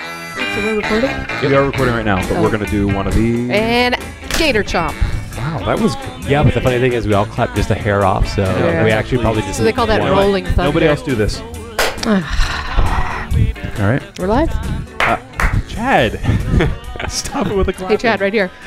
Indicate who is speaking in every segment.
Speaker 1: So we're recording.
Speaker 2: We are recording right now, but
Speaker 1: Oh.
Speaker 2: we're gonna do one of these.
Speaker 1: And gator chomp.
Speaker 2: wow, that was.
Speaker 3: Yeah, but the funny thing is, we all clapped just a hair off, so
Speaker 1: Yeah.
Speaker 3: we actually probably just.
Speaker 1: So they call that
Speaker 3: one.
Speaker 1: rolling thunder.
Speaker 2: Nobody else do this. All right,
Speaker 1: We're live.
Speaker 2: Chad, stop it with the clap.
Speaker 1: Hey Chad, right here.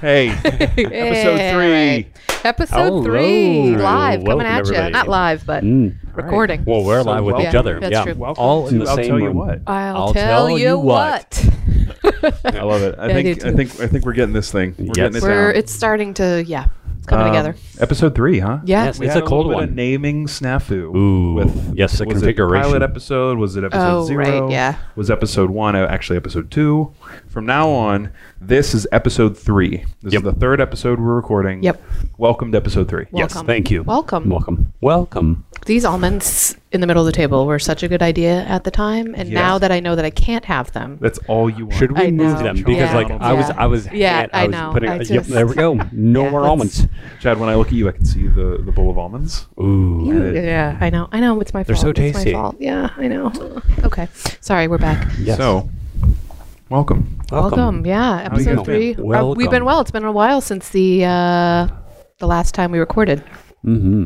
Speaker 2: Hey, episode
Speaker 1: Yeah,
Speaker 2: three.
Speaker 1: right. Episode
Speaker 3: Hello.
Speaker 1: three, live
Speaker 3: Welcome,
Speaker 1: coming at you.
Speaker 3: everybody.
Speaker 1: Not live, but
Speaker 3: Mm.
Speaker 1: recording.
Speaker 3: Well, we're
Speaker 2: So
Speaker 3: live with
Speaker 2: welcome.
Speaker 3: each other.
Speaker 1: That's
Speaker 3: yeah,
Speaker 1: true.
Speaker 2: Welcome
Speaker 3: all in
Speaker 2: to
Speaker 3: the
Speaker 2: I'll
Speaker 3: same
Speaker 2: tell you
Speaker 3: room.
Speaker 2: what.
Speaker 1: I'll,
Speaker 3: I'll
Speaker 1: tell,
Speaker 3: tell
Speaker 1: you
Speaker 3: you
Speaker 1: what.
Speaker 2: I love it. I
Speaker 1: Yeah, I
Speaker 2: think.
Speaker 1: do
Speaker 2: I,
Speaker 1: too.
Speaker 2: think. I think we're getting this thing. We're getting it
Speaker 1: We're
Speaker 2: down.
Speaker 1: it's starting to yeah, it's coming
Speaker 2: Um,
Speaker 1: together.
Speaker 2: Episode three, huh?
Speaker 1: Yeah.
Speaker 3: Yes,
Speaker 2: We
Speaker 3: it's
Speaker 2: had
Speaker 3: a cold
Speaker 2: little bit of
Speaker 3: one.
Speaker 2: naming snafu.
Speaker 3: Ooh,
Speaker 2: With
Speaker 3: yes, the
Speaker 2: was it
Speaker 3: configuration.
Speaker 2: pilot episode was it episode
Speaker 1: Oh,
Speaker 2: zero?
Speaker 1: right, yeah.
Speaker 2: Was episode one uh, actually episode two? From now on, this is episode three. This
Speaker 3: Yep.
Speaker 2: is the third episode we're recording.
Speaker 1: Yep.
Speaker 2: Welcome to episode three.
Speaker 1: Welcome.
Speaker 3: Yes, thank you.
Speaker 1: Welcome.
Speaker 3: welcome, welcome.
Speaker 1: These almonds in the middle of the table were such a good idea at the time, and
Speaker 2: Yeah.
Speaker 1: now that I know that I can't have them,
Speaker 2: That's all you want.
Speaker 3: Should we
Speaker 1: I
Speaker 3: move
Speaker 1: know.
Speaker 3: them?
Speaker 1: Yeah.
Speaker 3: Because like I was,
Speaker 1: Yeah.
Speaker 3: I was,
Speaker 1: Yeah,
Speaker 3: I
Speaker 1: I
Speaker 3: was
Speaker 1: know.
Speaker 3: Putting,
Speaker 1: I
Speaker 3: yep,
Speaker 1: just-
Speaker 3: there we go. No
Speaker 1: Yeah,
Speaker 3: more
Speaker 1: let's-
Speaker 3: almonds.
Speaker 2: Chad, when I look at you, I can see the, the bowl of almonds.
Speaker 3: Ooh,
Speaker 2: Ew. Right.
Speaker 1: yeah, I know, I know, it's my
Speaker 3: They're so
Speaker 1: fault. It's my
Speaker 3: tasty.
Speaker 1: fault. Yeah, I know. Okay, sorry, we're back.
Speaker 3: yes.
Speaker 2: So, welcome.
Speaker 1: Welcome. Yeah,
Speaker 2: you
Speaker 1: episode
Speaker 2: guys
Speaker 1: three.
Speaker 2: been?
Speaker 1: Uh, We've been
Speaker 3: Welcome.
Speaker 1: well. It's been a while since the uh, the last time we recorded.
Speaker 3: Mm-hmm.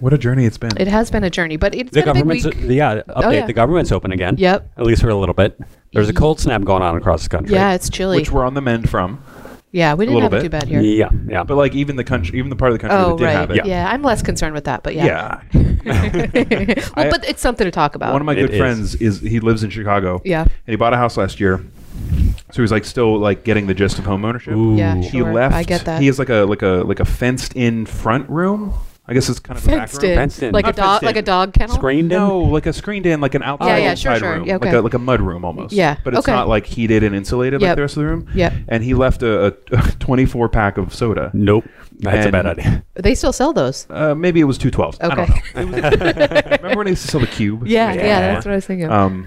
Speaker 2: What a journey it's been.
Speaker 1: It has been a journey, but it's
Speaker 3: The
Speaker 1: been a big
Speaker 3: government's
Speaker 1: week. Oh,
Speaker 3: yeah. Update.
Speaker 1: yeah.
Speaker 3: The government's open again.
Speaker 1: Yep.
Speaker 3: At least for a little bit. There's a cold snap going on across the country.
Speaker 1: yeah, it's chilly.
Speaker 2: which we're on the mend from.
Speaker 1: yeah, we didn't
Speaker 2: little
Speaker 1: have it
Speaker 2: bit.
Speaker 1: too bad here.
Speaker 3: Yeah. Yeah.
Speaker 2: But, like, even the country, even the part of the country
Speaker 1: oh,
Speaker 2: that did
Speaker 1: right.
Speaker 2: have it.
Speaker 1: yeah. I'm less concerned with that, but yeah.
Speaker 2: Yeah.
Speaker 1: well, but it's something to talk about.
Speaker 2: One of my
Speaker 3: It
Speaker 2: good
Speaker 3: is.
Speaker 2: friends is he lives in Chicago.
Speaker 1: Yeah.
Speaker 2: And he bought a house last year. So he's like still like getting the gist of home ownership.
Speaker 3: Ooh.
Speaker 1: yeah,
Speaker 2: He
Speaker 1: sure.
Speaker 2: left
Speaker 1: I get that.
Speaker 2: he has like a like a like a fenced in front room. I guess it's kind of a
Speaker 1: fenced
Speaker 2: back room.
Speaker 1: in,
Speaker 3: Fenced in.
Speaker 1: like a
Speaker 2: Not
Speaker 1: dog,
Speaker 2: fenced
Speaker 1: like a
Speaker 2: in.
Speaker 1: dog kennel.
Speaker 3: Screened in.
Speaker 2: No, like a screened in, like an outside
Speaker 1: Yeah, yeah, sure,
Speaker 2: inside
Speaker 1: sure.
Speaker 2: room,
Speaker 1: Yeah,
Speaker 2: like
Speaker 1: okay.
Speaker 2: a like a mud room almost.
Speaker 1: Yeah,
Speaker 2: but it's
Speaker 1: okay.
Speaker 2: not like heated and insulated
Speaker 1: Yep.
Speaker 2: like the rest of the room.
Speaker 1: Yep.
Speaker 2: and he left a, a 24 pack of soda.
Speaker 3: Nope. That's a
Speaker 2: And-
Speaker 3: bad idea.
Speaker 1: They still sell those.
Speaker 2: Uh, maybe it was 212. I don't
Speaker 1: Okay.
Speaker 2: know. It was- remember when he used to sell the cube?
Speaker 1: Yeah, yeah,
Speaker 3: Yeah.
Speaker 1: that's what I was thinking. of.
Speaker 2: Um,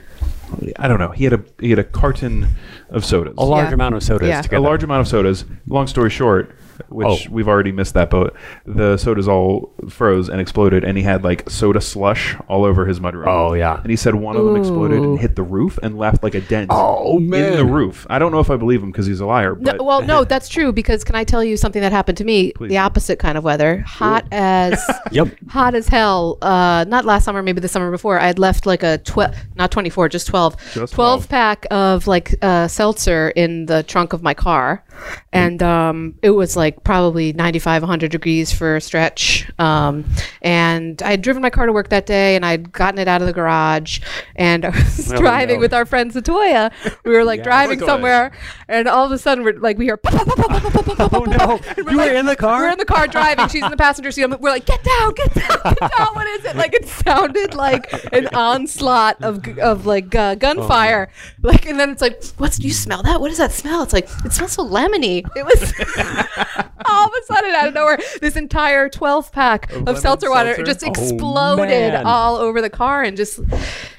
Speaker 2: I don't know. He had a he had a carton of sodas.
Speaker 3: A large
Speaker 1: Yeah.
Speaker 3: amount of sodas
Speaker 1: Yeah. A
Speaker 2: a
Speaker 3: together.
Speaker 2: large amount of sodas. Long story short, which
Speaker 3: Oh.
Speaker 2: we've already missed that boat. The sodas all froze and exploded, and he had like soda slush all over his mudroom.
Speaker 3: Oh, yeah.
Speaker 2: And he said one of them exploded
Speaker 1: Ooh.
Speaker 2: and hit the roof and left like a dent.
Speaker 3: Oh,
Speaker 2: In the
Speaker 3: man.
Speaker 2: roof. I don't know if I believe him because he's a liar. But
Speaker 1: No, well, no, that's true because can I tell you something that happened to me?
Speaker 2: Please.
Speaker 1: The opposite kind of weather, hot as
Speaker 3: Yep.
Speaker 1: hot as hell. Uh, not last summer, maybe the summer before. I had left like a twelve, not twenty four, just twelve,
Speaker 2: Just 12.
Speaker 1: pack of like uh, seltzer in the trunk of my car, and um, it was like probably 95, 100 degrees for a stretch. Um, and I had driven my car to work that day, and I'd gotten it out of the garage, and I was
Speaker 3: Oh,
Speaker 1: driving
Speaker 3: no.
Speaker 1: with our friend Satoya. We were like driving
Speaker 2: Satoya.
Speaker 1: somewhere, and all of a sudden we're like we hear. pop, pop, pop, pop, pop, pop, pop,
Speaker 3: Oh
Speaker 1: pop,
Speaker 3: no! You were in the
Speaker 1: we're
Speaker 3: car.
Speaker 1: in the car driving. She's in the passenger seat. I'm, we're like, get down, get down, get down. What is it? Like it sounded like an onslaught of g- of like uh, gunfire.
Speaker 3: Oh,
Speaker 1: Like and then it's like, what's do you smell that? What does that smell? It's like it smells so lemony. It was all of a sudden out of nowhere. This entire 12 pack of,
Speaker 2: lemon
Speaker 1: seltzer water
Speaker 2: seltzer?
Speaker 1: just
Speaker 3: Oh,
Speaker 1: exploded
Speaker 3: man.
Speaker 1: all over the car and just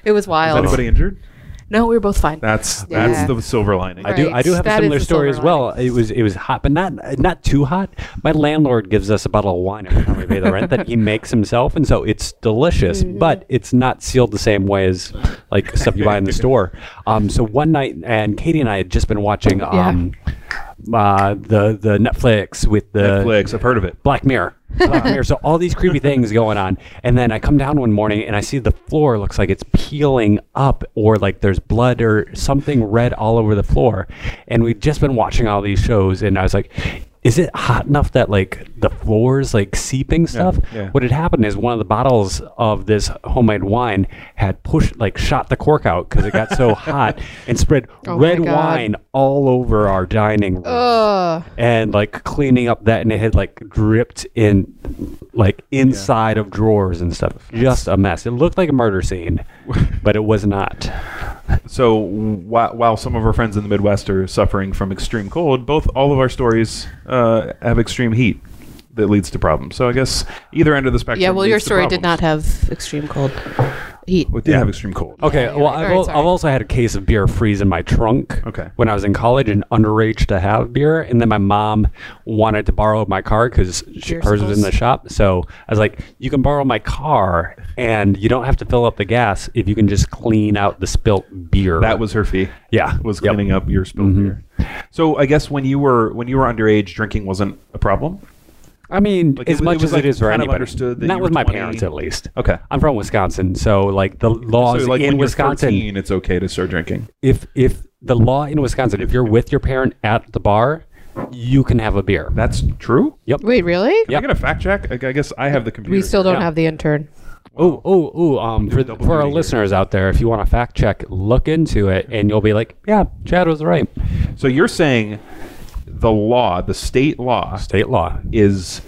Speaker 1: it was
Speaker 2: Is
Speaker 1: wild.
Speaker 2: anybody injured?
Speaker 1: No, we were both fine.
Speaker 2: That's
Speaker 1: Yeah.
Speaker 2: that's the silver lining.
Speaker 3: I do. I do
Speaker 1: Right.
Speaker 3: have
Speaker 1: That
Speaker 3: a similar
Speaker 1: is the
Speaker 3: story as
Speaker 1: silver
Speaker 3: well. It was it was hot, but not not too hot. My landlord gives us a bottle of wine every time we pay the rent that he makes himself, and so it's delicious.
Speaker 1: Mm-hmm.
Speaker 3: But it's not sealed the same way as like stuff you buy in the store. Um, so one night, and Katie and I had just been watching
Speaker 1: Yeah.
Speaker 3: um, uh, the the Netflix with the
Speaker 2: Netflix. I've heard of it.
Speaker 3: Black Mirror. Black Mirror. So all these creepy things going on, and then I come down one morning and I see the floor looks like it's peeling up, or like there's blood or something red all over the floor. And we've just been watching all these shows, and I was like, "Is it hot enough that like the floors like seeping stuff?"
Speaker 2: yeah.
Speaker 3: What had happened is one of the bottles of this homemade wine had pushed like shot the cork out because it got so hot and spread
Speaker 1: Oh my
Speaker 3: red
Speaker 1: God.
Speaker 3: wine all over our dining room
Speaker 1: Ugh.
Speaker 3: and like cleaning up that and it had like dripped in like inside of drawers and stuff just a mess it looked like a murder scene but it was not
Speaker 2: So while, while some of our friends in the Midwest are suffering from extreme cold, both all of our stories uh, have extreme heat that leads to problems. So I guess either end of the spectrum.
Speaker 1: yeah, well,
Speaker 2: leads
Speaker 1: your
Speaker 2: to
Speaker 1: story did
Speaker 2: problems.
Speaker 1: not have extreme cold. heat.
Speaker 2: We did
Speaker 3: Yeah.
Speaker 2: have extreme cold.
Speaker 3: Okay,
Speaker 1: Yeah,
Speaker 3: well,
Speaker 1: you're right.
Speaker 3: I've,
Speaker 1: Alright,
Speaker 3: al-
Speaker 1: sorry.
Speaker 3: I've also had a case of beer freeze in my trunk.
Speaker 2: Okay.
Speaker 3: When I was in college and underage to have beer, and then my mom wanted to borrow my car because
Speaker 1: Beer
Speaker 3: hers was in the
Speaker 1: smells.
Speaker 3: shop. So I was like, "You can borrow my car, and you don't have to fill up the gas if you can just clean out the spilt beer."
Speaker 2: That was her fee.
Speaker 3: yeah.
Speaker 2: was
Speaker 3: Yep. Mm-hmm.
Speaker 2: cleaning up your spilled beer. So I guess when you were when you were underage, drinking wasn't a problem.
Speaker 3: I mean,
Speaker 2: Like, it
Speaker 3: as
Speaker 2: was- it
Speaker 3: much
Speaker 2: was,
Speaker 3: as
Speaker 2: like,
Speaker 3: it is for
Speaker 2: kind of
Speaker 3: anybody.
Speaker 2: understood that you
Speaker 3: Not
Speaker 2: were
Speaker 3: with my
Speaker 2: 20.
Speaker 3: parents, at least.
Speaker 2: Okay.
Speaker 3: I'm from Wisconsin, so like the
Speaker 2: So
Speaker 3: laws
Speaker 2: like
Speaker 3: in
Speaker 2: when
Speaker 3: Wisconsin.
Speaker 2: you're 13, it's okay to start drinking.
Speaker 3: if if the law in Wisconsin, if you're with your parent at the bar, you can have a beer.
Speaker 2: That's true.
Speaker 3: Yep.
Speaker 1: Wait, really?
Speaker 2: Can I get a fact check? I I guess I have the computer.
Speaker 1: We still
Speaker 2: here.
Speaker 1: don't
Speaker 3: Yeah.
Speaker 1: have the intern.
Speaker 3: Oh, oh, oh. Um, for,
Speaker 2: double
Speaker 3: for our
Speaker 2: duty here.
Speaker 3: listeners out there, if you want a fact check, look into it, and you'll be like, yeah, Chad was right.
Speaker 2: So you're saying the law, the state law,
Speaker 3: State law.
Speaker 2: is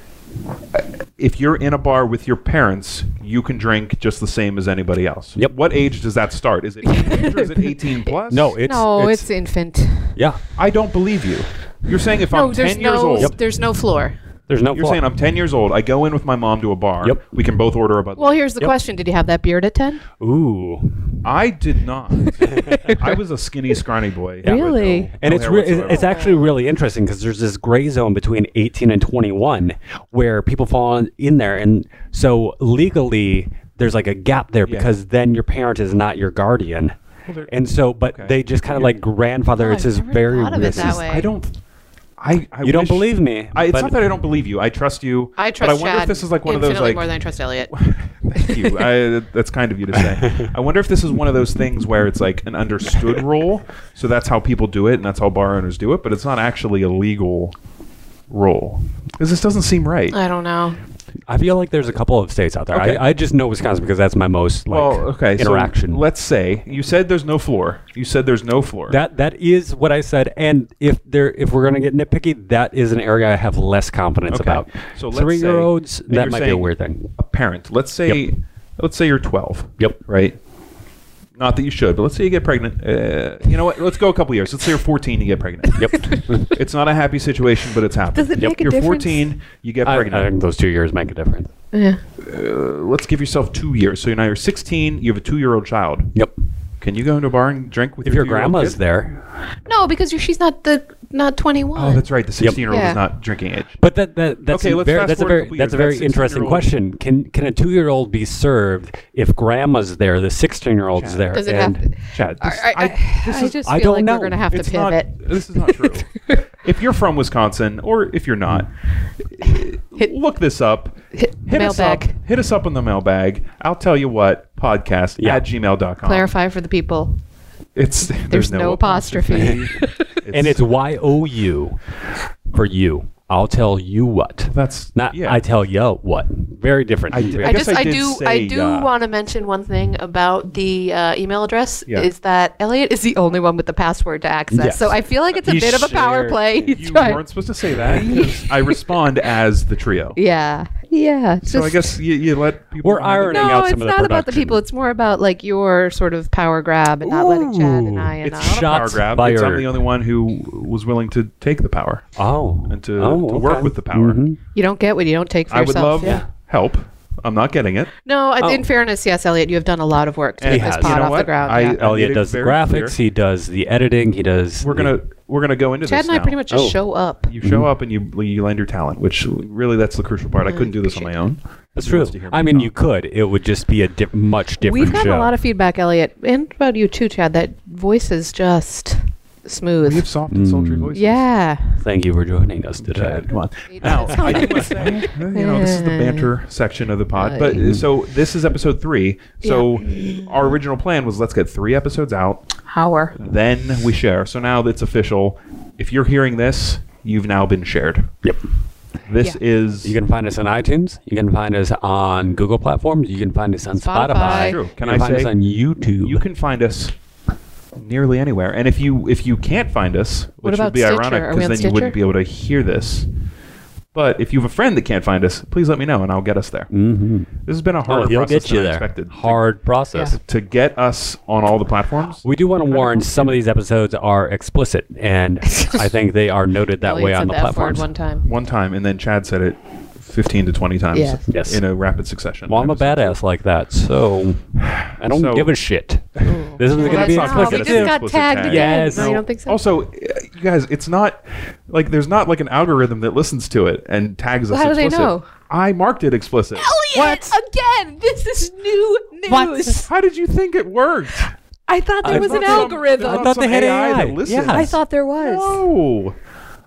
Speaker 2: uh, if you're in a bar with your parents, you can drink just the same as anybody else.
Speaker 3: Yep.
Speaker 2: What age does that start? Is it teenager? is it 18 plus?
Speaker 3: No, it's
Speaker 1: no, it's, infant.
Speaker 3: yeah.
Speaker 2: I don't believe you. You're saying if
Speaker 1: No,
Speaker 2: I'm 10
Speaker 1: there's
Speaker 2: years
Speaker 1: no,
Speaker 2: old,
Speaker 1: there's no floor.
Speaker 3: There's no.
Speaker 2: you're
Speaker 3: flaw.
Speaker 2: saying I'm 10 years old. I go in with my mom to a bar.
Speaker 3: Yep.
Speaker 2: We can both order a Bud
Speaker 1: Well,
Speaker 2: Light.
Speaker 1: here's the
Speaker 3: Yep.
Speaker 1: question: Did you have that beard at ten?
Speaker 3: Ooh.
Speaker 2: I did not. I was a skinny, scrawny boy. with
Speaker 1: Really?
Speaker 2: no-
Speaker 3: And
Speaker 2: no
Speaker 3: it's
Speaker 2: hair
Speaker 3: re- it's-
Speaker 2: whatsoever.
Speaker 3: it's actually really interesting because there's this gray zone between 18 and 21 where people fall in- in there, and so legally there's like a gap there because then your parent is not your guardian,
Speaker 2: there-
Speaker 3: and so but they just kind of like grandfather.
Speaker 1: Oh,
Speaker 3: it's
Speaker 1: I've
Speaker 3: this
Speaker 1: never
Speaker 3: very
Speaker 1: thought of it
Speaker 3: this
Speaker 1: that
Speaker 3: is-
Speaker 1: way.
Speaker 2: I don't. I, I
Speaker 3: You don't
Speaker 2: wish-
Speaker 3: believe me,
Speaker 2: I, it's
Speaker 3: but-
Speaker 2: not that I don't believe you. I trust you.
Speaker 1: I
Speaker 2: But I
Speaker 1: trust
Speaker 2: wonder if
Speaker 1: Chad
Speaker 2: this is like one of those
Speaker 1: infinitely
Speaker 2: like
Speaker 1: more than I trust Elliot.
Speaker 2: Thank you. I, that's kind of you to say. I wonder if this is one of those things where it's like an understood role, so that's how people do it, and that's how bar owners do it, but it's not actually a legal role. Because this doesn't seem right.
Speaker 1: I don't know.
Speaker 3: I feel like there's a couple of states out there.
Speaker 2: Okay.
Speaker 3: I, I just know Wisconsin because that's my most like
Speaker 2: well, okay. so
Speaker 3: interaction.
Speaker 2: let's say you said there's no floor. You said there's no floor.
Speaker 3: that that is what I said. And if there if we're gonna get nitpicky, that is an area I have less confidence
Speaker 2: Okay.
Speaker 3: about.
Speaker 2: So let's say-
Speaker 3: three year olds,
Speaker 2: and you're
Speaker 3: that might be a
Speaker 2: saying-
Speaker 3: weird thing.
Speaker 2: a parent. Let's say,
Speaker 3: Yep.
Speaker 2: let's say you're 12.
Speaker 3: Yep.
Speaker 2: Right. Not that you should, but let's say you get pregnant. Uh, you know what? Let's go a couple years. Let's say you're 14. You get pregnant.
Speaker 3: Yep.
Speaker 2: It's not a happy situation, but it's happening.
Speaker 1: Does it Yep. make a
Speaker 2: You're
Speaker 1: difference?
Speaker 2: 14. You get
Speaker 3: I, I
Speaker 2: pregnant. Uh,
Speaker 3: think those two years make a difference.
Speaker 1: Yeah.
Speaker 2: let's give yourself two years. So now you're 16. You have a two-year-old child.
Speaker 3: Yep.
Speaker 2: Can you go into a bar and drink with
Speaker 3: If
Speaker 2: your,
Speaker 3: your
Speaker 2: two-year-old
Speaker 3: grandma's
Speaker 2: kid?
Speaker 3: there,
Speaker 1: No, because you're, she's not the not 21.
Speaker 2: Oh, that's right. The 16-year-old
Speaker 1: Yeah.
Speaker 2: is not drinking age.
Speaker 3: but that, that that's
Speaker 2: Okay,
Speaker 3: a
Speaker 2: let's
Speaker 3: very
Speaker 2: fast
Speaker 3: that's a
Speaker 2: forward a
Speaker 3: very
Speaker 2: couple
Speaker 3: that's a
Speaker 2: years.
Speaker 3: very
Speaker 2: That's
Speaker 3: interesting
Speaker 2: 16-year-old.
Speaker 3: question. Can can a two year old be served if grandma's there, the sixteen year old's there?
Speaker 1: Does it
Speaker 3: and
Speaker 1: have?
Speaker 2: Chad,
Speaker 1: I,
Speaker 2: this-
Speaker 1: I, I, I just feel
Speaker 3: I don't
Speaker 1: like
Speaker 3: know.
Speaker 1: we're gonna have to
Speaker 2: it's not-
Speaker 1: pivot.
Speaker 2: this is not true. if you're from Wisconsin, or if you're not,
Speaker 1: Hit-
Speaker 2: look this up.
Speaker 1: Hit-
Speaker 2: us up.
Speaker 1: mailbag.
Speaker 2: Hit us up on the mailbag. I'll tell you what, podcast
Speaker 3: Yeah.
Speaker 2: at gmail.com.
Speaker 1: Clarify for the people.
Speaker 2: It's, there's,
Speaker 1: There's no apostrophe.
Speaker 3: and it's Y O U for you. I'll tell you what.
Speaker 2: That's-
Speaker 3: not
Speaker 2: yeah.
Speaker 3: I tell you what. Very different.
Speaker 2: I d- I
Speaker 1: I,
Speaker 2: guess
Speaker 1: just I,
Speaker 2: did
Speaker 1: do
Speaker 2: say,
Speaker 1: I do
Speaker 2: uh,
Speaker 1: want to mention one thing about the uh, email address
Speaker 2: Yeah.
Speaker 1: is that Elliot is the only one with the password to access.
Speaker 3: Yes.
Speaker 1: So I feel like it's a
Speaker 3: You
Speaker 1: bit of a power
Speaker 3: sure-
Speaker 1: play. He's
Speaker 2: You
Speaker 1: trying-
Speaker 2: weren't supposed to say that. 'cause I respond as the trio.
Speaker 1: yeah, yeah.
Speaker 2: So I
Speaker 1: just-
Speaker 2: guess you, you let people.
Speaker 3: We're
Speaker 2: know that-
Speaker 3: ironing
Speaker 1: no,
Speaker 3: out
Speaker 1: it's
Speaker 3: some of the
Speaker 1: not about the
Speaker 3: production.
Speaker 1: people. It's more about like your sort of power grab and not letting Chad and I and I.
Speaker 2: It's not a power
Speaker 3: Shots
Speaker 2: grab. It's I'm
Speaker 3: fired.
Speaker 2: the only one who was willing to take the power
Speaker 3: Oh,
Speaker 2: and to,
Speaker 3: Oh,
Speaker 2: to work
Speaker 3: okay.
Speaker 2: with the power.
Speaker 3: Mhm.
Speaker 1: You don't get what you don't take for
Speaker 2: I would
Speaker 1: yourself.
Speaker 2: love help. I'm not getting it.
Speaker 1: No, I- in
Speaker 3: Oh.
Speaker 1: fairness, yes, Elliot, you have done a lot of work to
Speaker 2: And
Speaker 1: get this
Speaker 3: has.
Speaker 1: pod
Speaker 3: You know
Speaker 1: off the
Speaker 2: what?
Speaker 1: ground.
Speaker 2: I-
Speaker 1: yeah.
Speaker 2: I- made
Speaker 3: Elliot
Speaker 2: it
Speaker 3: does the
Speaker 2: very
Speaker 3: graphics.
Speaker 2: clear.
Speaker 3: He does the editing. He does.
Speaker 2: We're
Speaker 3: the-
Speaker 2: gonna we're gonna go into
Speaker 1: Chad
Speaker 2: this
Speaker 1: and I
Speaker 2: now. Oh.
Speaker 1: pretty much just show up.
Speaker 2: You show up and you you lend your talent, which really that's the crucial part. I couldn't do this on my own.
Speaker 3: That's
Speaker 2: Who
Speaker 3: true.
Speaker 2: wants to hear
Speaker 3: I
Speaker 2: me
Speaker 3: mean,
Speaker 2: talk?
Speaker 3: you could. It would just be a diff- much different.
Speaker 1: We've gotten a
Speaker 3: show.
Speaker 1: lot of feedback, Elliot, and about you too, Chad. That voice is just
Speaker 2: We have
Speaker 1: smooth.
Speaker 2: soft and sultry voices.
Speaker 1: Yeah.
Speaker 3: Thank you for joining us today.
Speaker 2: Chad, come on.
Speaker 1: It-
Speaker 2: Now,
Speaker 1: it's
Speaker 2: I do
Speaker 1: fine.
Speaker 2: want to say, you know, this is the banter section of the pod. But uh, so this is episode three. So our original plan was let's get three episodes out,
Speaker 1: Hower.
Speaker 2: then we share. So now that's official. If you're hearing this, you've now been shared.
Speaker 3: Yep.
Speaker 2: This
Speaker 1: Yeah.
Speaker 2: is
Speaker 3: You can find us on iTunes. You can find us on Google platforms. You can find us on
Speaker 1: Spotify.
Speaker 3: Spotify.
Speaker 1: True.
Speaker 3: You
Speaker 2: Can
Speaker 3: can
Speaker 2: I
Speaker 3: find
Speaker 2: say-
Speaker 3: us on YouTube?
Speaker 2: you can find us nearly anywhere. And if you if you can't find us,
Speaker 1: What
Speaker 2: which
Speaker 1: about
Speaker 2: would be
Speaker 1: Stitcher?
Speaker 2: ironic
Speaker 1: Are we
Speaker 2: because
Speaker 1: on
Speaker 2: then you wouldn't
Speaker 1: Stitcher?
Speaker 2: be able to hear this. But if you have a friend that can't find us, please let me know and I'll get us there.
Speaker 3: Mm-hmm.
Speaker 2: This has been a
Speaker 3: Oh,
Speaker 2: hard
Speaker 3: he'll
Speaker 2: process
Speaker 3: get you
Speaker 2: than I
Speaker 3: there.
Speaker 2: expected.
Speaker 3: Hard process.
Speaker 1: Yeah.
Speaker 2: to get us on all the platforms.
Speaker 3: We do want to warn some of these episodes are explicit, and I think they are noted that
Speaker 1: Elliot
Speaker 3: way on
Speaker 1: said
Speaker 3: the
Speaker 1: that word
Speaker 3: platforms.
Speaker 1: one time.
Speaker 2: one time, and then Chad said it 15 to 20 times
Speaker 1: Yeah.
Speaker 3: Yes.
Speaker 2: in a rapid succession.
Speaker 3: Well, I'm a
Speaker 2: Just-
Speaker 3: badass like that, so I don't
Speaker 2: So-
Speaker 3: give a shit. This isn't
Speaker 2: Well,
Speaker 3: going to
Speaker 2: that's
Speaker 3: be
Speaker 2: not
Speaker 1: No, we
Speaker 3: explicit.
Speaker 2: supposed to be
Speaker 1: just got
Speaker 2: explicit
Speaker 1: tagged
Speaker 2: tag.
Speaker 1: again.
Speaker 3: Yes.
Speaker 1: No,
Speaker 2: Now,
Speaker 1: you don't think so?
Speaker 2: Also, uh, you guys, it's not like there's not like an algorithm that listens to it and tags us.
Speaker 1: Well, how do they
Speaker 2: explicit.
Speaker 1: know?
Speaker 2: I marked it explicit.
Speaker 1: Elliot, again, this is new news.
Speaker 3: What?
Speaker 2: How did you think it worked?
Speaker 1: I thought there
Speaker 3: I
Speaker 1: was
Speaker 3: thought
Speaker 1: an
Speaker 3: they-
Speaker 1: algorithm.
Speaker 3: I thought they had
Speaker 2: AI that
Speaker 3: AI.
Speaker 2: listens.
Speaker 1: I thought there was.
Speaker 2: No,